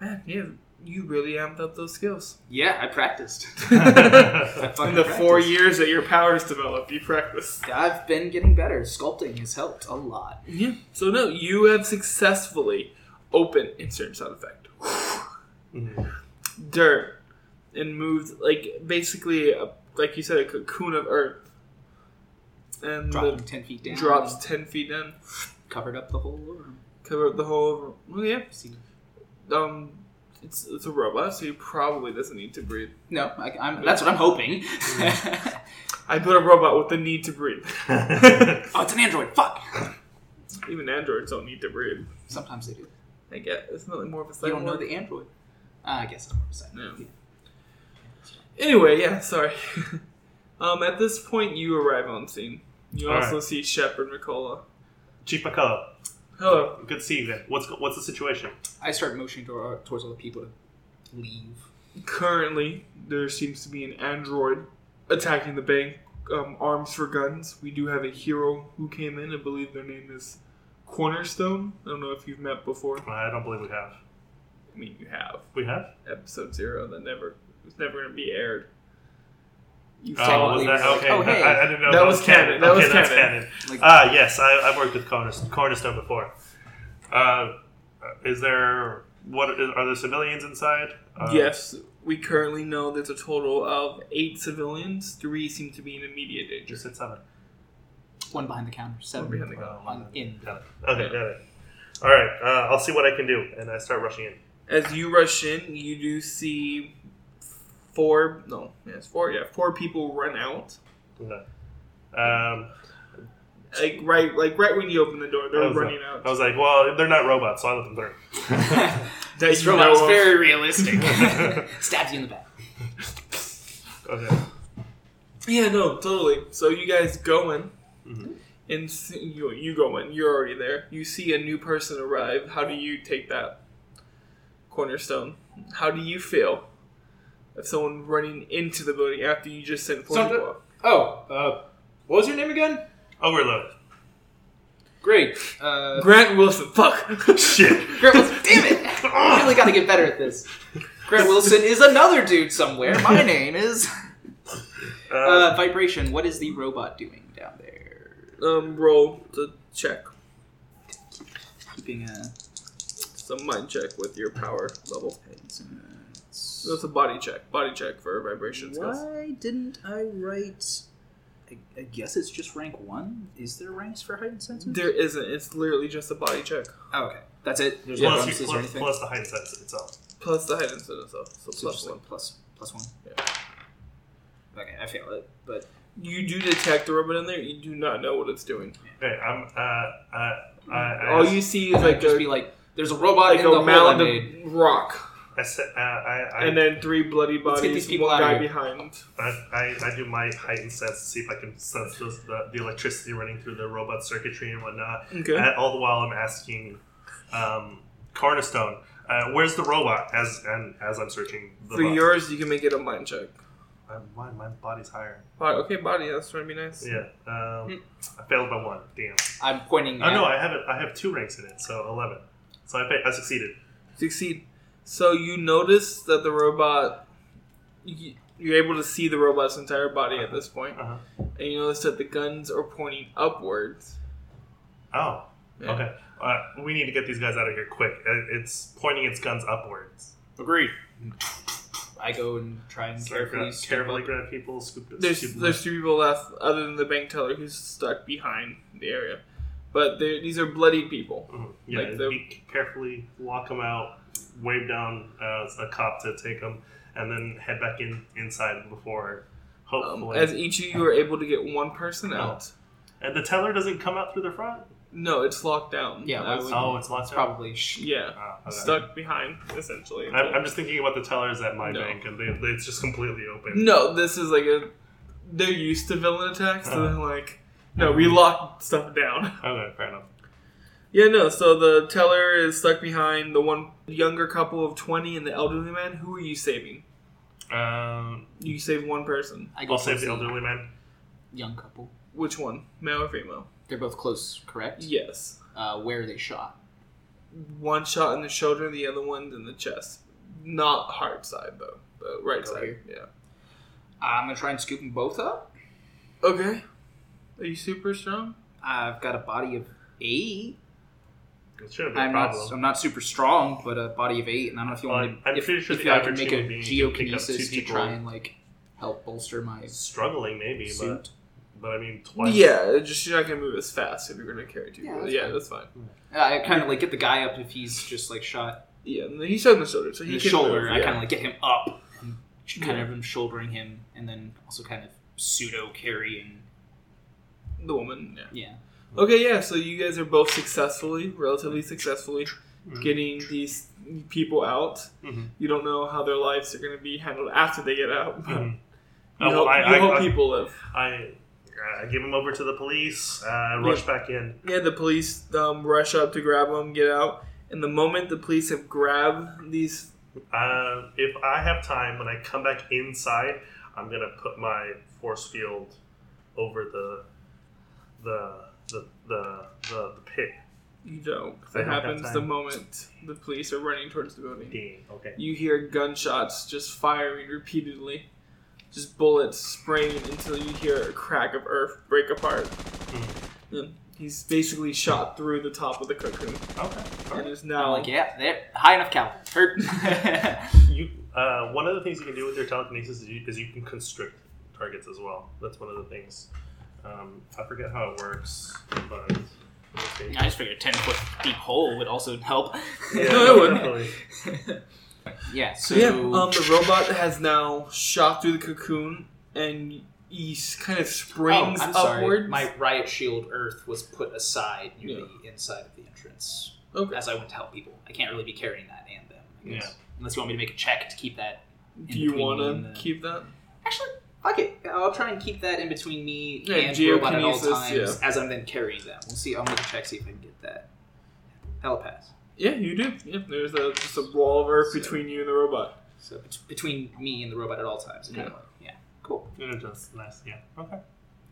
Speaker 1: Man, you, you really amped up those skills.
Speaker 4: Yeah, I practiced.
Speaker 1: In
Speaker 4: Fucking
Speaker 1: the four
Speaker 4: practiced.
Speaker 1: years that your powers developed, you practiced.
Speaker 4: I've been getting better. Sculpting has helped a lot.
Speaker 1: Yeah. So no, you have successfully opened insert sound effect. Dirt and moved like basically a, like you said a cocoon of earth, and
Speaker 4: Dropped him 10 feet
Speaker 1: the
Speaker 4: down.
Speaker 1: drops ten feet in,
Speaker 4: Covered up the whole room.
Speaker 1: cover up the whole. Well, yeah.
Speaker 4: See-
Speaker 1: Um, it's it's a robot, so he probably doesn't need to breathe.
Speaker 4: No, I, I'm, that's what I'm hoping.
Speaker 1: I put a robot with the need to breathe.
Speaker 4: oh, it's an android. Fuck.
Speaker 1: Even androids don't need to breathe.
Speaker 4: Sometimes they do.
Speaker 1: I get it's not like more of a
Speaker 4: You don't know
Speaker 1: cyborg.
Speaker 4: the android. Uh, I guess I'm upset.
Speaker 1: No. Anyway, yeah, sorry. um, at this point, you arrive on scene. You
Speaker 2: All
Speaker 1: also
Speaker 2: right.
Speaker 1: see Shepard Ricola.
Speaker 2: Chief McCullough,
Speaker 1: Hello.
Speaker 2: good to see you. Then. What's what's the situation?
Speaker 4: I start motioning to, uh, towards all the people to leave.
Speaker 1: Currently, there seems to be an android attacking the bank, um, arms for guns. We do have a hero who came in. I believe their name is Cornerstone. I don't know if you've met before.
Speaker 2: I don't believe we have.
Speaker 1: I mean, you have
Speaker 2: We have.
Speaker 1: episode zero that never was never going to be aired. You
Speaker 2: Oh,
Speaker 1: follow
Speaker 2: was
Speaker 1: me.
Speaker 2: that okay?
Speaker 4: Oh, hey.
Speaker 2: I, I didn't know
Speaker 1: That was canon. That
Speaker 2: okay,
Speaker 1: was
Speaker 2: that's
Speaker 1: canon.
Speaker 2: canon.
Speaker 4: Like-
Speaker 2: Ah, yes, I, I've worked with Cornerstone, Cornerstone before. Uh, is there what are there civilians inside? Uh,
Speaker 1: yes, we currently know there's a total of eight civilians. Three seem to be in immediate danger.
Speaker 2: just said seven.
Speaker 4: One behind the counter, seven
Speaker 1: One behind the
Speaker 2: counter.
Speaker 4: on in.
Speaker 2: Got it. Okay, got it. All right, uh, I'll see what I can do, and I start rushing in.
Speaker 1: As you rush in, you do see four. No, yes, four. Yeah, four people run out.
Speaker 2: Okay. Um,
Speaker 1: Like right, like right when you open the door,
Speaker 2: I
Speaker 1: they're
Speaker 2: was
Speaker 1: running
Speaker 2: I
Speaker 1: out.
Speaker 2: was like, well, they're not robots, so I let them through.
Speaker 1: That
Speaker 4: This
Speaker 1: you
Speaker 4: robot
Speaker 1: know
Speaker 4: was
Speaker 1: of.
Speaker 4: very realistic. Stabs you in the back.
Speaker 2: Okay.
Speaker 1: Yeah, no, totally. So you guys go in, and see, you you go in. You're already there. You see a new person arrive. How do you take that cornerstone? How do you feel if someone running into the building after you just sent four
Speaker 3: Something-
Speaker 1: people? out?
Speaker 3: Oh, uh, what was your name again?
Speaker 2: Overload.
Speaker 3: Great. Uh,
Speaker 1: Grant Wilson, fuck.
Speaker 2: Shit.
Speaker 4: Grant Wilson, damn it! I really gotta get better at this. Grant Wilson is another dude somewhere. My name is.
Speaker 2: Uh,
Speaker 4: Uh, Vibration, what is the robot doing down there?
Speaker 1: um, roll the check,
Speaker 4: Keeping a.
Speaker 1: some mind check with your power level. That's a body check. Body check for vibration skills.
Speaker 4: Why didn't I write. I, I guess it's just rank one? Is there ranks for height and senses?
Speaker 1: There isn't. It's literally just a body check.
Speaker 4: Oh, okay. That's it? There's
Speaker 1: Yeah,
Speaker 4: no
Speaker 2: plus, you,
Speaker 4: bonuses or
Speaker 2: plus,
Speaker 4: anything?
Speaker 2: plus the height sense itself.
Speaker 1: Plus the hidden in itself. So,
Speaker 4: So
Speaker 1: plus
Speaker 4: just
Speaker 1: one.
Speaker 4: like plus, plus one?
Speaker 1: Yeah.
Speaker 4: Okay, I fail it, but.
Speaker 1: You do detect the robot in there. You do not know what it's doing.
Speaker 2: Okay, I'm. Uh, uh, I, I,
Speaker 1: All you see is like
Speaker 4: just
Speaker 1: a,
Speaker 4: be like, there's a robot
Speaker 1: like
Speaker 4: in the
Speaker 1: a
Speaker 4: hole I
Speaker 1: mound
Speaker 4: made.
Speaker 1: of rock,
Speaker 2: I, said- uh, I, I,
Speaker 1: and then three bloody
Speaker 4: Let's get these
Speaker 1: bodies,
Speaker 4: people
Speaker 1: one
Speaker 4: out
Speaker 1: guy
Speaker 4: of here.
Speaker 1: behind.
Speaker 2: I, I, I do my heightened sense to see if I can sense those, the, the electricity running through the robot circuitry and whatnot.
Speaker 1: Okay.
Speaker 2: And all the while, I'm asking um, Cornerstone, uh, "Where's the robot?" As and as I'm searching the
Speaker 1: For
Speaker 2: bot-
Speaker 1: yours, you can make it a mind check.
Speaker 2: Uh, my, my body's higher.
Speaker 1: Body, okay, body. That's trying to be nice.
Speaker 2: Yeah, um, I failed by one. Damn.
Speaker 4: I'm pointing
Speaker 2: Oh
Speaker 4: at
Speaker 2: no, I have it. I have two ranks in it, so eleven. So I, fa- I succeeded.
Speaker 1: Succeed. So you notice that the robot, you, you're able to see the robot's entire body at this point,
Speaker 2: Uh-huh.
Speaker 1: and you notice that the guns are pointing upwards.
Speaker 2: Oh,
Speaker 1: Yeah.
Speaker 2: okay. Uh, we need to get these guys out of here quick. It- It's pointing its guns upwards.
Speaker 3: agreed.
Speaker 4: I go and try and
Speaker 2: So I
Speaker 4: carefully,
Speaker 2: grab-
Speaker 4: scoop
Speaker 2: carefully
Speaker 4: up.
Speaker 2: grab people, scoop,
Speaker 1: There's
Speaker 2: scoop them
Speaker 1: there's three people left, other than the bank teller who's stuck behind the area. But they're- these are bloodied people.
Speaker 2: Mhm. Yeah,
Speaker 1: Like the-
Speaker 2: be carefully lock them out, wave down uh, a cop to take them, and then head back in inside before
Speaker 1: Um,
Speaker 2: hopefully.
Speaker 1: as each of you are able to get one person out.
Speaker 2: and the teller doesn't come out through the front.
Speaker 1: No, it's locked down.
Speaker 4: Yeah, why
Speaker 1: As-
Speaker 4: would-
Speaker 2: Oh, it's locked out.
Speaker 4: Probably. Sh-
Speaker 1: yeah,
Speaker 2: Ah, okay.
Speaker 1: stuck behind essentially.
Speaker 2: I'm, I'm just thinking about the tellers at my
Speaker 1: No.
Speaker 2: bank, and they, they, it's just completely open.
Speaker 1: No, this is like a. They're used to villain attacks, so
Speaker 2: Uh-huh.
Speaker 1: they're like, no, we lock stuff down.
Speaker 2: Okay, fair enough.
Speaker 1: Yeah, no. So the teller is stuck behind the one younger couple of twenty and the elderly man. Who are you saving?
Speaker 2: Um,
Speaker 1: You save one person.
Speaker 4: I go
Speaker 2: I'll save
Speaker 4: towards
Speaker 2: the elderly man.
Speaker 4: young couple.
Speaker 1: Which one, male or female?
Speaker 4: They're both close, correct?
Speaker 1: Yes.
Speaker 4: Uh, where are they shot?
Speaker 1: One shot in the shoulder, the other one's in the chest. Not hard side though, but right
Speaker 4: Over
Speaker 1: side.
Speaker 4: here?
Speaker 1: Yeah.
Speaker 4: I'm gonna try and scoop them both up.
Speaker 1: Okay. Are you super strong?
Speaker 4: I've got a body of eight.
Speaker 2: It shouldn't be a
Speaker 4: I'm not.
Speaker 2: problem.
Speaker 4: I'm not super strong, but a body of eight, and I don't know if you
Speaker 2: Well,
Speaker 4: want.
Speaker 2: I'm- I'm
Speaker 4: if,
Speaker 2: pretty sure
Speaker 4: if
Speaker 2: the
Speaker 4: I can
Speaker 2: average
Speaker 4: make
Speaker 2: human
Speaker 4: a
Speaker 2: being can pick up two
Speaker 4: geokinesis to
Speaker 2: people.
Speaker 4: try and like help bolster my
Speaker 2: Struggling maybe, but
Speaker 4: suit.
Speaker 2: but I mean twice.
Speaker 1: Yeah, it's just you're not gonna move as fast if you're gonna carry two.
Speaker 4: Yeah,
Speaker 1: people.
Speaker 4: that's
Speaker 1: yeah
Speaker 4: fine.
Speaker 1: that's fine.
Speaker 4: I kind of like get the guy up if he's just like shot
Speaker 1: Yeah, and he's on the shoulder, so
Speaker 4: in
Speaker 1: he
Speaker 4: the
Speaker 1: can
Speaker 4: shoulder.
Speaker 1: move,
Speaker 4: I
Speaker 1: yeah.
Speaker 4: kind of like get him up, and kind
Speaker 1: Yeah.
Speaker 4: of him shouldering him, and then also kind of pseudo carrying.
Speaker 1: the woman. Yeah.
Speaker 4: Yeah.
Speaker 1: Okay, yeah. So you guys are both successfully, relatively successfully,
Speaker 4: Mm-hmm.
Speaker 1: getting these people out.
Speaker 2: Mhm.
Speaker 1: You don't know how their lives are going to be handled after they get out. But
Speaker 2: Mhm.
Speaker 1: you
Speaker 2: Oh, well,
Speaker 1: hope,
Speaker 2: I-
Speaker 1: you
Speaker 2: I-
Speaker 1: hope
Speaker 2: I-
Speaker 1: people live.
Speaker 2: I uh, give him over to the police. Uh, rush back in.
Speaker 1: Yeah, the police um, rush up to grab them, get out, and the moment the police have grabbed these
Speaker 2: Uh, if I have time, when I come back inside, I'm gonna put my force field over the the the the the, the pit.
Speaker 1: You don't.
Speaker 2: I
Speaker 1: It
Speaker 2: don't have
Speaker 1: happens
Speaker 2: time.
Speaker 1: the moment the police are running towards the building.
Speaker 2: Dang. Okay.
Speaker 1: You hear gunshots just firing repeatedly, just bullets spraying until you hear a crack of earth break apart. And he's basically shot through the top of the cocoon
Speaker 2: Okay. All
Speaker 1: and
Speaker 2: right.
Speaker 1: is
Speaker 4: I'm
Speaker 1: now
Speaker 4: like, yeah, there, high enough caliber. Hurt.
Speaker 2: You. Uh, one of the things you can do with your telekinesis is you, is you can constrict targets as well. That's one of the things. Um, I forget how it works, but
Speaker 4: I just figured a ten foot deep hole would also help.
Speaker 2: yeah,
Speaker 1: No, it wouldn't.
Speaker 2: definitely.
Speaker 4: Yeah. So
Speaker 1: So yeah,
Speaker 3: oh,
Speaker 1: um, the robot has now shot through the cocoon and he s- kind of springs
Speaker 3: oh, I'm sorry.
Speaker 1: upwards.
Speaker 3: My riot shield earth was put aside near
Speaker 1: Yeah.
Speaker 3: the inside of the entrance
Speaker 1: Okay.
Speaker 3: as I went to help people. I can't really be carrying that and them. I guess.
Speaker 2: Yeah.
Speaker 3: Unless you want me to make a check to keep that.
Speaker 1: Do you
Speaker 3: between
Speaker 1: want to
Speaker 3: the-
Speaker 1: keep that?
Speaker 3: Actually, fuck it. I'll try and keep that in between me
Speaker 1: Yeah,
Speaker 3: and robot at all
Speaker 1: geokinesis,
Speaker 3: times as I'm then carrying them. We'll see. I'll make a check see if I can get that. That'll pass.
Speaker 1: Yeah, you do. Yeah, there's a just a wall of earth
Speaker 3: So-
Speaker 1: between you and the robot.
Speaker 3: So bet- between me and the robot at all times. Kind Of like, yeah. Cool.
Speaker 2: It just nice. Yeah. Okay.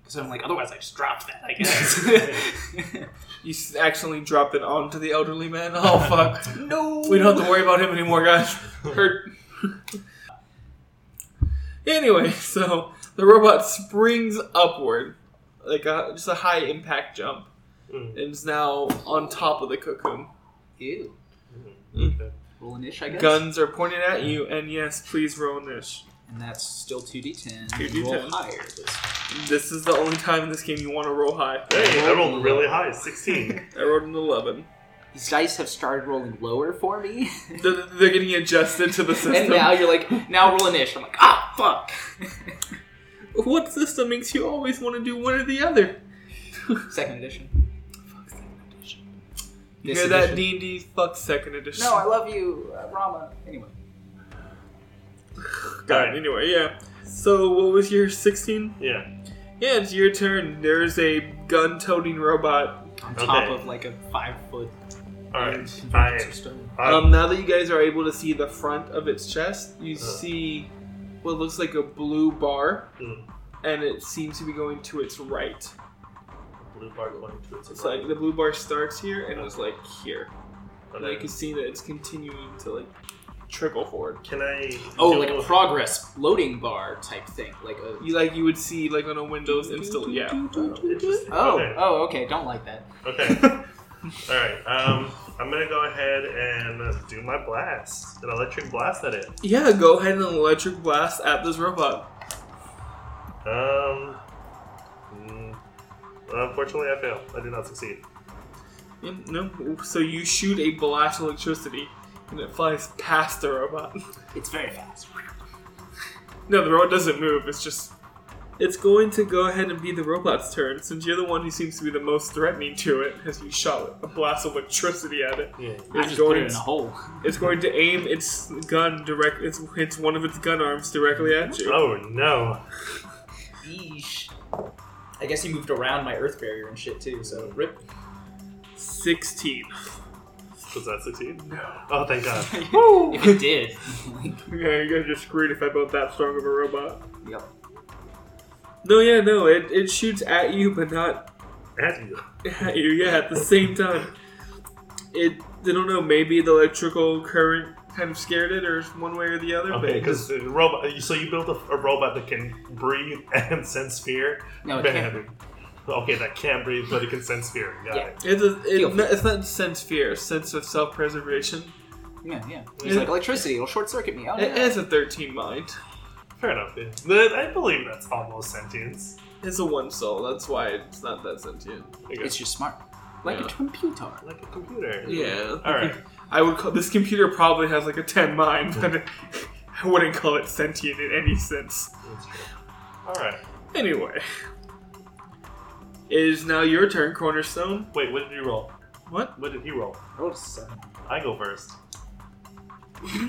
Speaker 3: Because I'm like, otherwise I just dropped that. I guess.
Speaker 1: You s- accidentally dropped it onto the elderly man. Oh fuck!
Speaker 3: no.
Speaker 1: we don't have to worry about him anymore, guys.
Speaker 3: hurt.
Speaker 1: Anyway, so the robot springs upward, like a, just a high impact jump,
Speaker 2: Mm.
Speaker 3: Hmm.
Speaker 1: and is now on top of the cocoon.
Speaker 3: Ew.
Speaker 2: Mm. Okay.
Speaker 3: Roll an ish, I guess.
Speaker 1: Guns are pointed at you, and yes, please roll this.
Speaker 3: And that's still 2d10.
Speaker 1: 2d10.
Speaker 3: Roll higher. This
Speaker 1: This is the only time in this game you want to roll high.
Speaker 2: Hey, I rolled really high, sixteen.
Speaker 1: I rolled an eleven.
Speaker 4: these dice have started rolling lower for me,
Speaker 1: They're, they're getting adjusted to the system.
Speaker 4: and now you're like, now roll an ish. I'm like, ah, fuck.
Speaker 1: what system makes you always want to do one or the other?
Speaker 4: Second edition.
Speaker 1: You
Speaker 3: This
Speaker 1: hear that,
Speaker 3: edition.
Speaker 1: D and D? Fuck second edition.
Speaker 4: No, I love you, uh, Rama. Anyway,
Speaker 1: got it. Anyway, yeah. So what was your sixteen?
Speaker 2: Yeah.
Speaker 1: Yeah, it's your turn. There's a gun-toting robot.
Speaker 4: on
Speaker 2: Okay.
Speaker 4: top of like a five foot
Speaker 2: All right. I,
Speaker 4: convergence stone.
Speaker 2: I,
Speaker 1: Um, now that you guys are able to see the front of its chest,
Speaker 2: Uh.
Speaker 1: you see what looks like a blue bar,
Speaker 2: Mm.
Speaker 1: and it seems to be going to its right.
Speaker 2: blue bar going to its
Speaker 1: It's like the blue bar starts here and it's like here. And
Speaker 2: Okay.
Speaker 1: you can see that it's continuing to like trickle forward.
Speaker 2: Can I?
Speaker 3: Oh,
Speaker 2: do-
Speaker 3: like a progress loading bar type thing. Like a.
Speaker 1: You like you would see like on a Windows install. Yeah.
Speaker 2: Interesting.
Speaker 4: Oh,
Speaker 2: Okay.
Speaker 4: oh, okay. Don't like that.
Speaker 2: Okay. All right. Um, I'm gonna go ahead and do my blast. An electric blast at it.
Speaker 1: Yeah. Go ahead and electric blast at this robot.
Speaker 2: Um. mm, Unfortunately, I fail. I did not succeed.
Speaker 1: Yeah, no. So you shoot a blast of electricity, and it flies past the robot.
Speaker 4: It's very fast.
Speaker 1: No, the robot doesn't move. It's just. It's going to go ahead and be the robot's turn, since you're the one who seems to be the most threatening to it, as you shot a blast of electricity at it.
Speaker 2: Yeah.
Speaker 4: I
Speaker 1: It's
Speaker 4: just put
Speaker 1: going
Speaker 4: it in a hole.
Speaker 1: It's going to aim its gun direct. It's hits one of its gun arms directly at you.
Speaker 2: Oh no.
Speaker 3: Yeesh. I guess you moved around my earth barrier and shit too, so rip.
Speaker 1: Sixteen.
Speaker 2: Does that succeed? No. Oh, thank God.
Speaker 4: if it did,
Speaker 1: Yeah, you guys are screwed if I built that strong of a robot.
Speaker 4: Yep.
Speaker 1: No, yeah, no. It it shoots at you, but not
Speaker 2: At you.
Speaker 1: at you. Yeah, at the same time. It. I don't know. Maybe the electrical current kind of scared it, or one way or the other. but
Speaker 2: Okay,
Speaker 1: it
Speaker 2: because robot. So you built a, a robot that can breathe and sense fear.
Speaker 4: no, Oh, it
Speaker 2: Very
Speaker 4: can't.
Speaker 2: heavy. Okay, that can breathe, but it can sense fear. Got
Speaker 4: Yeah.
Speaker 2: it.
Speaker 1: It's, a,
Speaker 4: Feel
Speaker 1: it,
Speaker 4: free.
Speaker 1: it's not sense fear, it's sense of self preservation.
Speaker 4: Yeah, yeah. It's like electricity. It'll short circuit me. Oh,
Speaker 1: It
Speaker 4: no.
Speaker 1: is a 13 mind.
Speaker 2: Fair enough. yeah. Th- I believe that's almost sentience.
Speaker 1: It's a one soul, that's why it's not that sentient.
Speaker 2: There you go.
Speaker 4: It's just smart, like
Speaker 1: Yeah.
Speaker 4: a computer.
Speaker 2: like a computer.
Speaker 1: Yeah.
Speaker 2: All right.
Speaker 1: I would call this computer probably has like a 10 mind, but I wouldn't call it sentient in any sense.
Speaker 2: All right.
Speaker 1: Anyway. It is now your turn, Cornerstone.
Speaker 2: Wait, what did you roll?
Speaker 1: What?
Speaker 2: What did he roll?
Speaker 3: Roll a seven.
Speaker 2: I go first.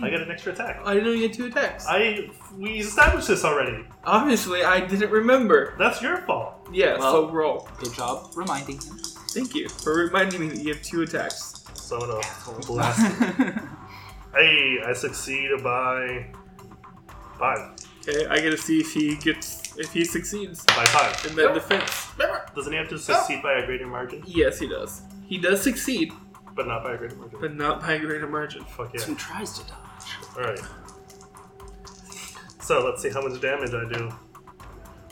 Speaker 2: I get an extra attack.
Speaker 1: I didn't know you had two attacks.
Speaker 2: I we established this already.
Speaker 1: Obviously, I didn't remember.
Speaker 2: That's your fault.
Speaker 1: Yeah, so
Speaker 4: Well-
Speaker 1: roll.
Speaker 4: Good job reminding him.
Speaker 1: Thank you for reminding me that you have two attacks.
Speaker 2: So no blast. Hey, I succeed by five.
Speaker 1: Okay, I gotta see if he gets if he succeeds
Speaker 2: By five.
Speaker 1: in that defense.
Speaker 2: Doesn't he have to succeed by a greater margin?
Speaker 1: Yes, he does. He does succeed,
Speaker 2: But not by a greater margin.
Speaker 1: but not by a greater margin.
Speaker 2: Fuck yeah.
Speaker 3: Who tries to dodge?
Speaker 2: Alright. So let's see how much damage I do.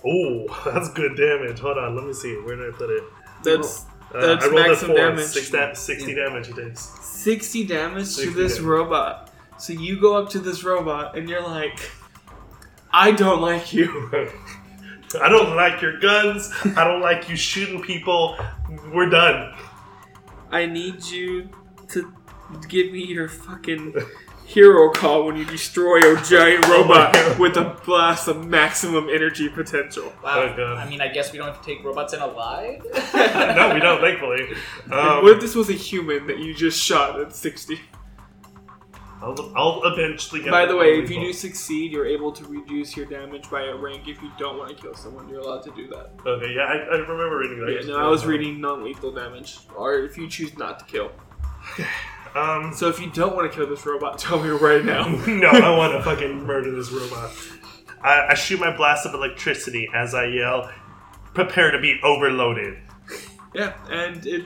Speaker 2: Oh, that's good damage. Hold on, let me see. Where did I put it?
Speaker 1: That's
Speaker 2: Uh,
Speaker 1: That's
Speaker 2: I rolled a
Speaker 1: maximum
Speaker 2: four.
Speaker 1: damage.
Speaker 2: Six da- 60 damage he takes.
Speaker 1: 60 damage
Speaker 2: 60
Speaker 1: to this
Speaker 2: damage.
Speaker 1: robot. So you go up to this robot and you're like, I don't like you.
Speaker 2: I don't like your guns. I don't like you shooting people. We're done.
Speaker 1: I need you to give me your fucking hero call when you destroy a giant robot with a blast of maximum energy potential.
Speaker 4: Wow.
Speaker 2: Oh, God.
Speaker 4: I mean, I guess we don't have to take robots in alive.
Speaker 2: No, we don't, thankfully. Um,
Speaker 1: what if this was a human that you just shot at 60?
Speaker 2: I'll, I'll eventually get
Speaker 1: By the way, if you
Speaker 2: people.
Speaker 1: do succeed, you're able to reduce your damage by a rank. If you don't want to kill someone, you're allowed to do that.
Speaker 2: Okay, yeah, I, I remember reading that.
Speaker 1: Yeah, no, I was reading non-lethal damage, or if you choose not to kill.
Speaker 2: Um,
Speaker 1: So if you don't want to kill this robot, tell me right now.
Speaker 2: no, I want to fucking murder this robot. I, I shoot my blast of electricity as I yell, "Prepare to be overloaded."
Speaker 1: yeah, and it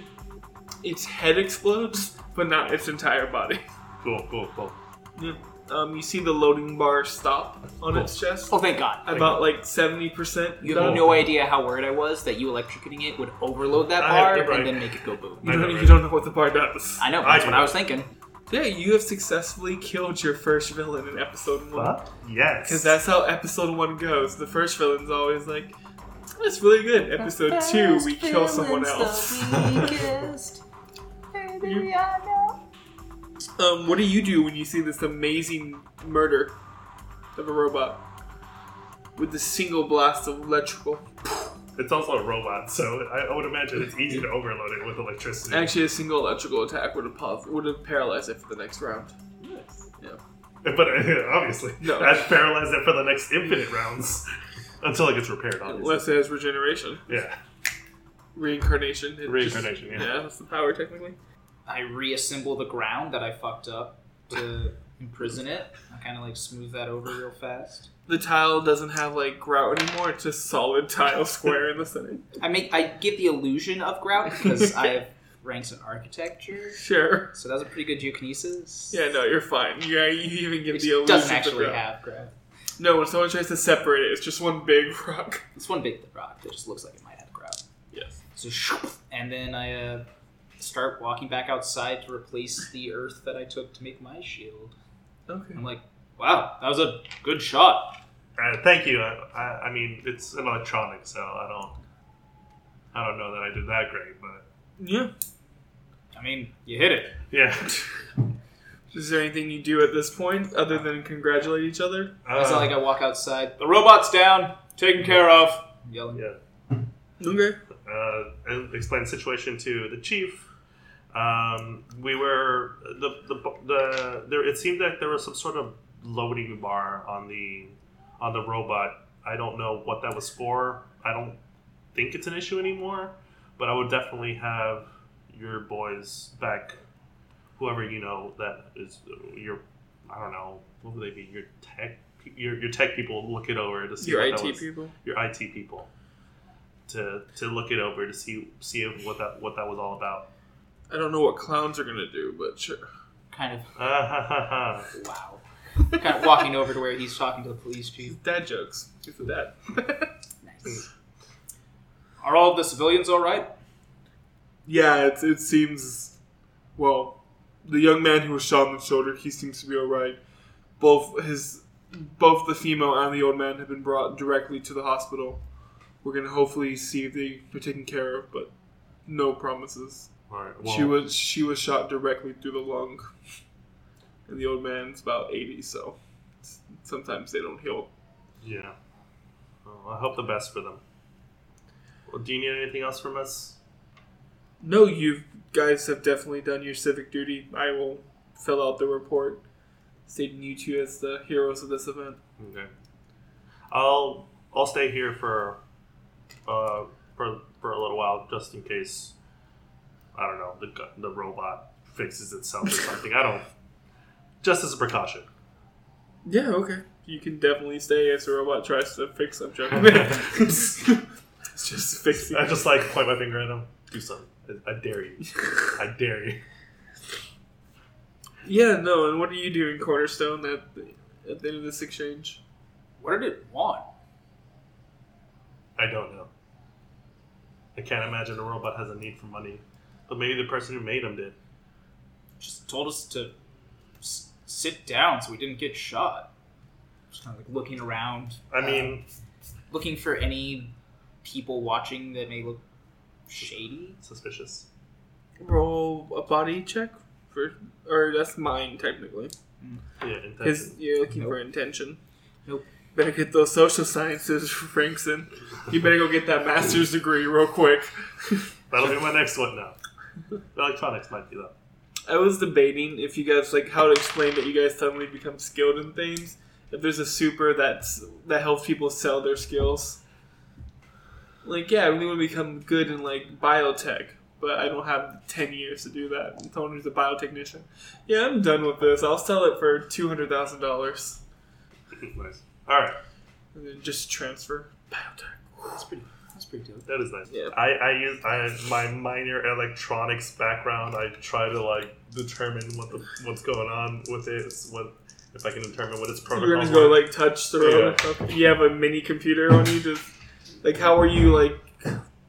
Speaker 1: its head explodes, but not its entire body.
Speaker 2: Cool, cool, cool.
Speaker 1: Yeah. Um, you see the loading bar stop on its chest.
Speaker 4: oh, thank God.
Speaker 1: About like seventy percent.
Speaker 4: You have no idea how worried I was that you electrocuting it would overload that
Speaker 2: I-
Speaker 4: bar
Speaker 2: you're right.
Speaker 4: and then make it go boom.
Speaker 1: You
Speaker 2: I
Speaker 1: don't,
Speaker 2: know,
Speaker 1: you don't know what the bar does.
Speaker 4: I know.
Speaker 2: I
Speaker 4: That's what
Speaker 2: do.
Speaker 4: I was thinking.
Speaker 1: Yeah, you have successfully killed your first villain in episode one.
Speaker 2: What? Yes.
Speaker 1: Because that's how episode one goes. The first villain's always like, that's really good. Episode two, we kill someone else. You- um, what do you do when you see this amazing murder of a robot with a single blast of electrical?
Speaker 2: it's also a robot, so I, I would imagine it's easy to overload it with electricity.
Speaker 1: Actually, a single electrical attack would have paused, would have paralyzed it for the next round.
Speaker 2: but uh, obviously,
Speaker 1: No.
Speaker 2: I'd paralyze it for the next infinite rounds until it gets repaired. Obviously,
Speaker 1: Unless it has regeneration,
Speaker 2: yeah,
Speaker 1: reincarnation. It just-
Speaker 2: reincarnation. Yeah.
Speaker 1: yeah, that's the power technically.
Speaker 4: I reassemble the ground that I fucked up to imprison it. I kind of like smooth that over real fast.
Speaker 1: The tile doesn't have like grout anymore. It's just solid tile square in the center.
Speaker 4: I make I give the illusion of grout because I have ranks in architecture,
Speaker 1: Sure.
Speaker 4: so that's a pretty good geokinesis.
Speaker 1: Yeah, no, you're fine. You, you even give
Speaker 4: Which
Speaker 1: the illusion
Speaker 4: doesn't
Speaker 1: to
Speaker 4: actually
Speaker 1: grout.
Speaker 4: have grout.
Speaker 1: No, when someone tries to separate it, it's just one big rock.
Speaker 4: It's one big rock that just looks like it might have grout.
Speaker 1: Yes.
Speaker 4: So shoo, and then I uh, start walking back outside to replace the earth that I took to make my shield.
Speaker 1: Okay.
Speaker 4: I'm like, wow, that was a good shot.
Speaker 2: Uh, thank you. I, I, I mean, it's an electronic, so I don't, I don't know that I did that great, but
Speaker 1: Yeah.
Speaker 4: I mean, you hit it.
Speaker 2: yeah.
Speaker 1: Is there anything you do at this point other than congratulate each other?
Speaker 2: Uh,
Speaker 4: It's not like I walk outside
Speaker 3: The robot's down, taken care of.
Speaker 4: yelling.
Speaker 2: Yeah.
Speaker 1: Okay.
Speaker 2: uh, and explain the situation to the chief. Um, we were the, the the there. It seemed like there was some sort of loading bar on the on the robot. I don't know what that was for. I don't think it's an issue anymore. But I would definitely have your boys back. Whoever you know that is uh, your, I don't know what would they be? Your tech, your, your tech people look it over to see
Speaker 1: Your
Speaker 2: what
Speaker 1: IT
Speaker 2: that was
Speaker 1: people.
Speaker 2: your IT people to to look it over to see see if what that what that was all about.
Speaker 1: I don't know what clowns are gonna do, but sure.
Speaker 4: Kind
Speaker 2: Ah, ha, ha, ha.
Speaker 4: of, wow. kind of walking over to where he's talking to the police chief.
Speaker 1: Dad jokes. It's a dad.
Speaker 4: Nice.
Speaker 3: Are all of the civilians all right?
Speaker 1: yeah, it, it seems. Well, the young man who was shot in the shoulder, he seems to be alright. Both his, both the female and the old man have been brought directly to the hospital. We're gonna hopefully see if they are taken care of, but no promises.
Speaker 2: All right, well,
Speaker 1: she was she was shot directly through the lung, and the old man's about eighty, so s- sometimes they don't heal.
Speaker 2: yeah. Well, I hope the best for them. Well, do you need anything else from us?
Speaker 1: No, you guys have definitely done your civic duty. I will fill out the report stating you two as the heroes of this event.
Speaker 2: Okay. I'll I'll stay here for uh for for a little while just in case. I don't know the gu- the robot fixes itself or something. I don't. just as a precaution.
Speaker 1: Yeah, okay. You can definitely stay as the robot tries to fix some junk. it's just fixing.
Speaker 2: I just like point my finger at him. Do something. I, I dare you. I dare you.
Speaker 1: Yeah, no. And what are you doing, Cornerstone, at the, at the end of this exchange?
Speaker 3: What did it want?
Speaker 2: I don't know. I can't imagine a robot has a need for money, but maybe the person who made him did.
Speaker 3: Just told us to s- sit down so we didn't get shot. Just kind of like looking around,
Speaker 2: I mean,
Speaker 4: Looking for any people watching that may look
Speaker 1: Uh,
Speaker 4: shady.
Speaker 2: suspicious.
Speaker 1: Roll a body check for, or that's mine technically.
Speaker 2: Yeah,
Speaker 1: Because
Speaker 2: intention.
Speaker 1: you're looking for intention.
Speaker 4: Nope.
Speaker 1: Better get those social sciences, Frankson. You better go get that master's degree real quick.
Speaker 2: That'll be my next one now. Electronics might be though.
Speaker 1: I was debating if you guys like how to explain that you guys suddenly become skilled in things. If there's a super that's that helps people sell their skills. Like yeah, we want to become good in like biotech, but I don't have ten years to do that. I'm someone who's a biotechnician. Yeah, I'm done with this. I'll sell it for two hundred thousand dollars
Speaker 2: nice. All right,
Speaker 1: and then just transfer biotech.
Speaker 3: that's pretty. That's pretty dope.
Speaker 2: that is nice.
Speaker 1: Yeah.
Speaker 2: I I use I my minor electronics background. I try to like determine what the what's going on with it. It's what if I can determine what its protocol.
Speaker 1: You're gonna go like touch the
Speaker 2: Yeah.
Speaker 1: road. Okay. You have a mini computer on you. Just like how are you like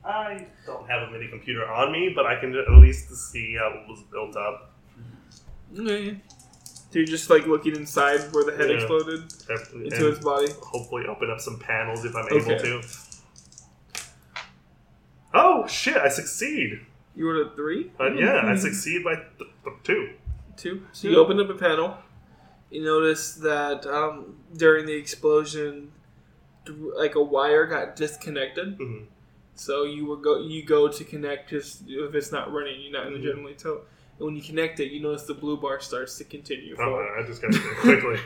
Speaker 2: I don't have a mini computer on me, but I can at least see how it was built up.
Speaker 1: Okay. So you're just like looking inside where the head
Speaker 2: Yeah.
Speaker 1: exploded
Speaker 2: and-
Speaker 1: into
Speaker 2: and
Speaker 1: his body.
Speaker 2: hopefully open up some panels if I'm
Speaker 1: Okay.
Speaker 2: able to. Oh shit! I succeed.
Speaker 1: You were a three,
Speaker 2: Uh, yeah, I succeed by th- th- two.
Speaker 1: two. So you opened up a panel. You notice that um, during the explosion, th- like a wire got disconnected.
Speaker 2: Mhm.
Speaker 1: So you were go you go to connect just if it's not running, you're not gonna
Speaker 2: Mhm.
Speaker 1: generally tell. And when you connect it, you notice the blue bar starts to continue.
Speaker 2: Oh,
Speaker 1: forward.
Speaker 2: I just got to do it quickly.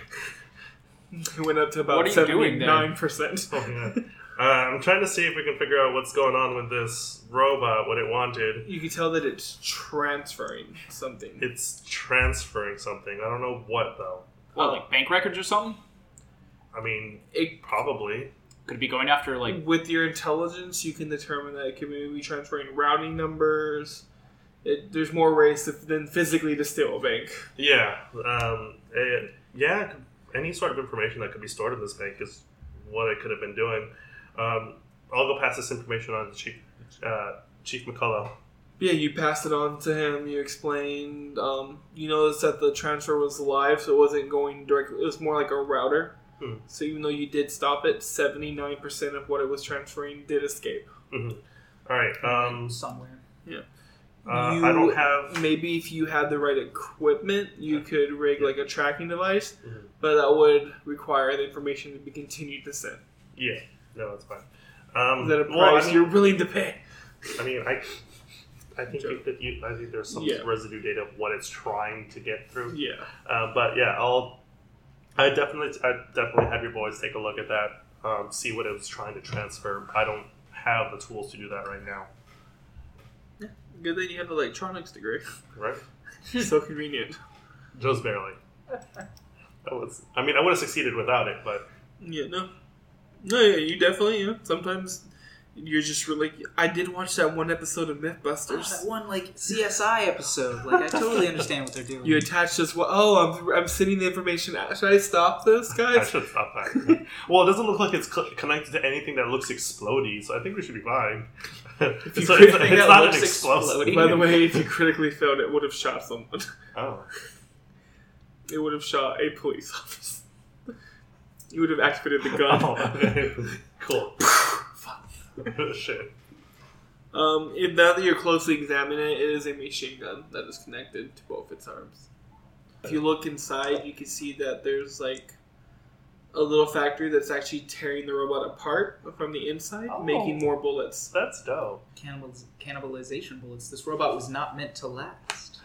Speaker 1: It went up to
Speaker 4: What
Speaker 1: about
Speaker 4: are you doing
Speaker 1: seventy
Speaker 4: there?
Speaker 1: nine percent.
Speaker 2: Oh, yeah. Uh, I'm trying to see if we can figure out what's going on with this robot, what it wanted.
Speaker 1: You can tell that it's transferring something.
Speaker 2: It's transferring something. I don't know what, though.
Speaker 4: Well, Oh, like bank records or something.
Speaker 2: I mean,
Speaker 1: It-
Speaker 2: probably.
Speaker 4: Could it be going after like
Speaker 1: with your intelligence, you can determine that it can be transferring routing numbers. It, there's more ways to, than physically to steal a bank.
Speaker 2: Yeah. Um, it- yeah, it could- any sort of information that could be stored in this bank is what it could have been doing. Um, I'll go pass this information on to Chief, uh, Chief McCullough.
Speaker 1: Yeah, you passed it on to him. You explained. Um, you noticed that the transfer was live, so it wasn't going directly. It was more like a router.
Speaker 2: Hmm.
Speaker 1: So even though you did stop it, seventy nine percent of what it was transferring did escape.
Speaker 2: All right. Um,
Speaker 4: somewhere?
Speaker 2: uh,
Speaker 1: You-
Speaker 2: I don't have.
Speaker 1: Maybe if you had the right equipment, you could rig like a tracking device,
Speaker 2: Mhm.
Speaker 1: but that would require the information to be continued to send.
Speaker 2: Yeah. No, it's fine. Um,
Speaker 1: Is that a price
Speaker 2: well, I mean-
Speaker 1: you're willing to pay?
Speaker 2: I mean, I, I think
Speaker 1: Sure.
Speaker 2: that you, I think there's some
Speaker 1: Yeah.
Speaker 2: residue data of what it's trying to get through.
Speaker 1: Yeah.
Speaker 2: Uh, but yeah, I'll, I definitely, I definitely have your boys take a look at that, um, see what it was trying to transfer. I don't have the tools to do that right now.
Speaker 1: Good thing you have an electronics degree.
Speaker 2: Right?
Speaker 1: so convenient.
Speaker 2: Just barely. That was, I mean, I would have succeeded without it, but
Speaker 1: Yeah, no. No, yeah, you definitely, yeah. Sometimes you're just really. I did watch that one episode of Mythbusters.
Speaker 4: Oh, one like CSI episode. Like I totally understand what they're doing.
Speaker 1: You attach this. wa- Oh, I'm, I'm sending the information. out. Should I stop this,
Speaker 2: I
Speaker 1: guys?
Speaker 2: should stop that. well, it doesn't look like it's cl- connected to anything that looks explodey, so I think we should be fine. it's
Speaker 1: you
Speaker 2: not-
Speaker 1: could
Speaker 2: it's
Speaker 1: think that
Speaker 2: not an
Speaker 1: looks
Speaker 2: explosive.
Speaker 1: By the way, if you critically failed, it would have shot someone.
Speaker 2: Oh.
Speaker 1: It would have shot a police officer. You would have activated the gun.
Speaker 2: Oh, okay. cool. Shit.
Speaker 1: Um, if now that you're closely examining it, it is a machine gun that is connected to both its arms. If you look inside, you can see that there's like a little factory that's actually tearing the robot apart from the inside,
Speaker 2: Oh.
Speaker 1: making more bullets.
Speaker 2: That's dope.
Speaker 4: Cannibaliz- cannibalization bullets. This robot was not meant to last.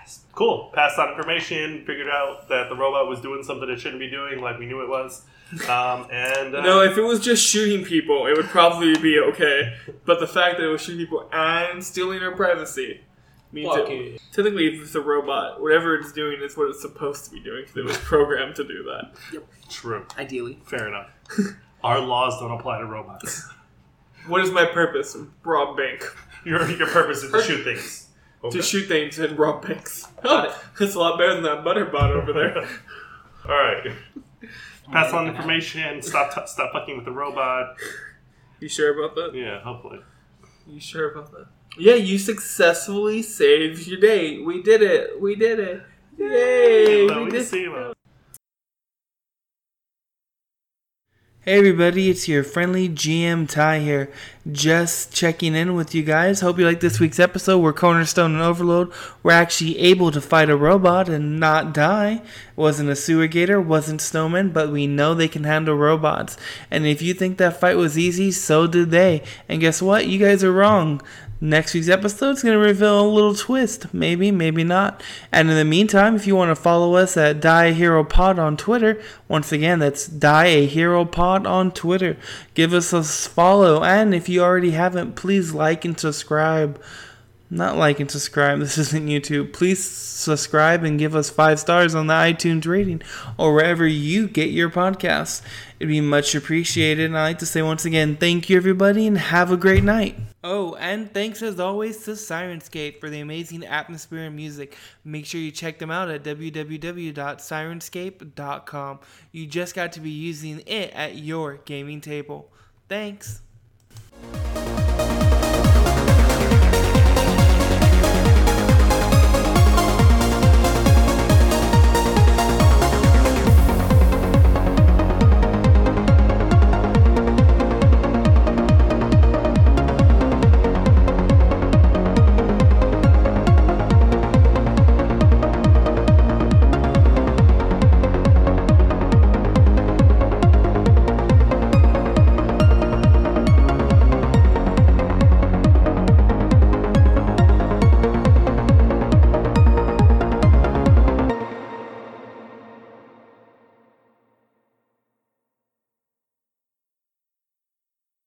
Speaker 2: Yes. Cool. Passed on information. Figured out that the robot was doing something it shouldn't be doing, like we knew it was. Um, and uh,
Speaker 1: No, if it was just shooting people, it would probably be okay. But the fact that it was shooting people and stealing our privacy means it,
Speaker 3: it.
Speaker 1: technically it's a robot. Whatever it's doing is what it's supposed to be doing because it was programmed to do that.
Speaker 2: True.
Speaker 4: Ideally.
Speaker 2: Fair enough. Our laws don't apply to robots.
Speaker 1: What is my purpose? Rob bank.
Speaker 2: Your, your purpose is to shoot things. Okay.
Speaker 1: To shoot things and rob banks. Oh, that's a lot better than that butter bot over there.
Speaker 2: All right. Pass on information. Stop t- stop fucking with the robot.
Speaker 1: You sure about that?
Speaker 2: Yeah, hopefully.
Speaker 1: You sure about that? Yeah, you successfully saved your date. We did it. We did it. Yay!
Speaker 2: Let
Speaker 1: we
Speaker 2: me
Speaker 1: did
Speaker 2: see what-
Speaker 6: Hey everybody, it's your friendly GM Ty here. Just checking in with you guys. Hope you like this week's episode where Cornerstone and Overload were actually able to fight a robot and not die. Wasn't a sewer gator, wasn't snowman, but we know they can handle robots. And if you think that fight was easy, so did they. And guess what? You guys are wrong. Next week's episode is going to reveal a little twist. Maybe, maybe not. And in the meantime, if you want to follow us at Die a Hero Pod on Twitter, once again, that's Die a Hero Pod on Twitter. Give us a s- follow. And if you already haven't, please like and subscribe. Not like and subscribe, this isn't YouTube. Please subscribe and give us five stars on the iTunes rating or wherever you get your podcasts. It'd be much appreciated. And I'd like to say once again, thank you, everybody, and have a great night. Oh, and thanks as always to Sirenscape for the amazing atmosphere and music. Make sure you check them out at www.sirenscape.com. You just got to be using it at your gaming table. Thanks.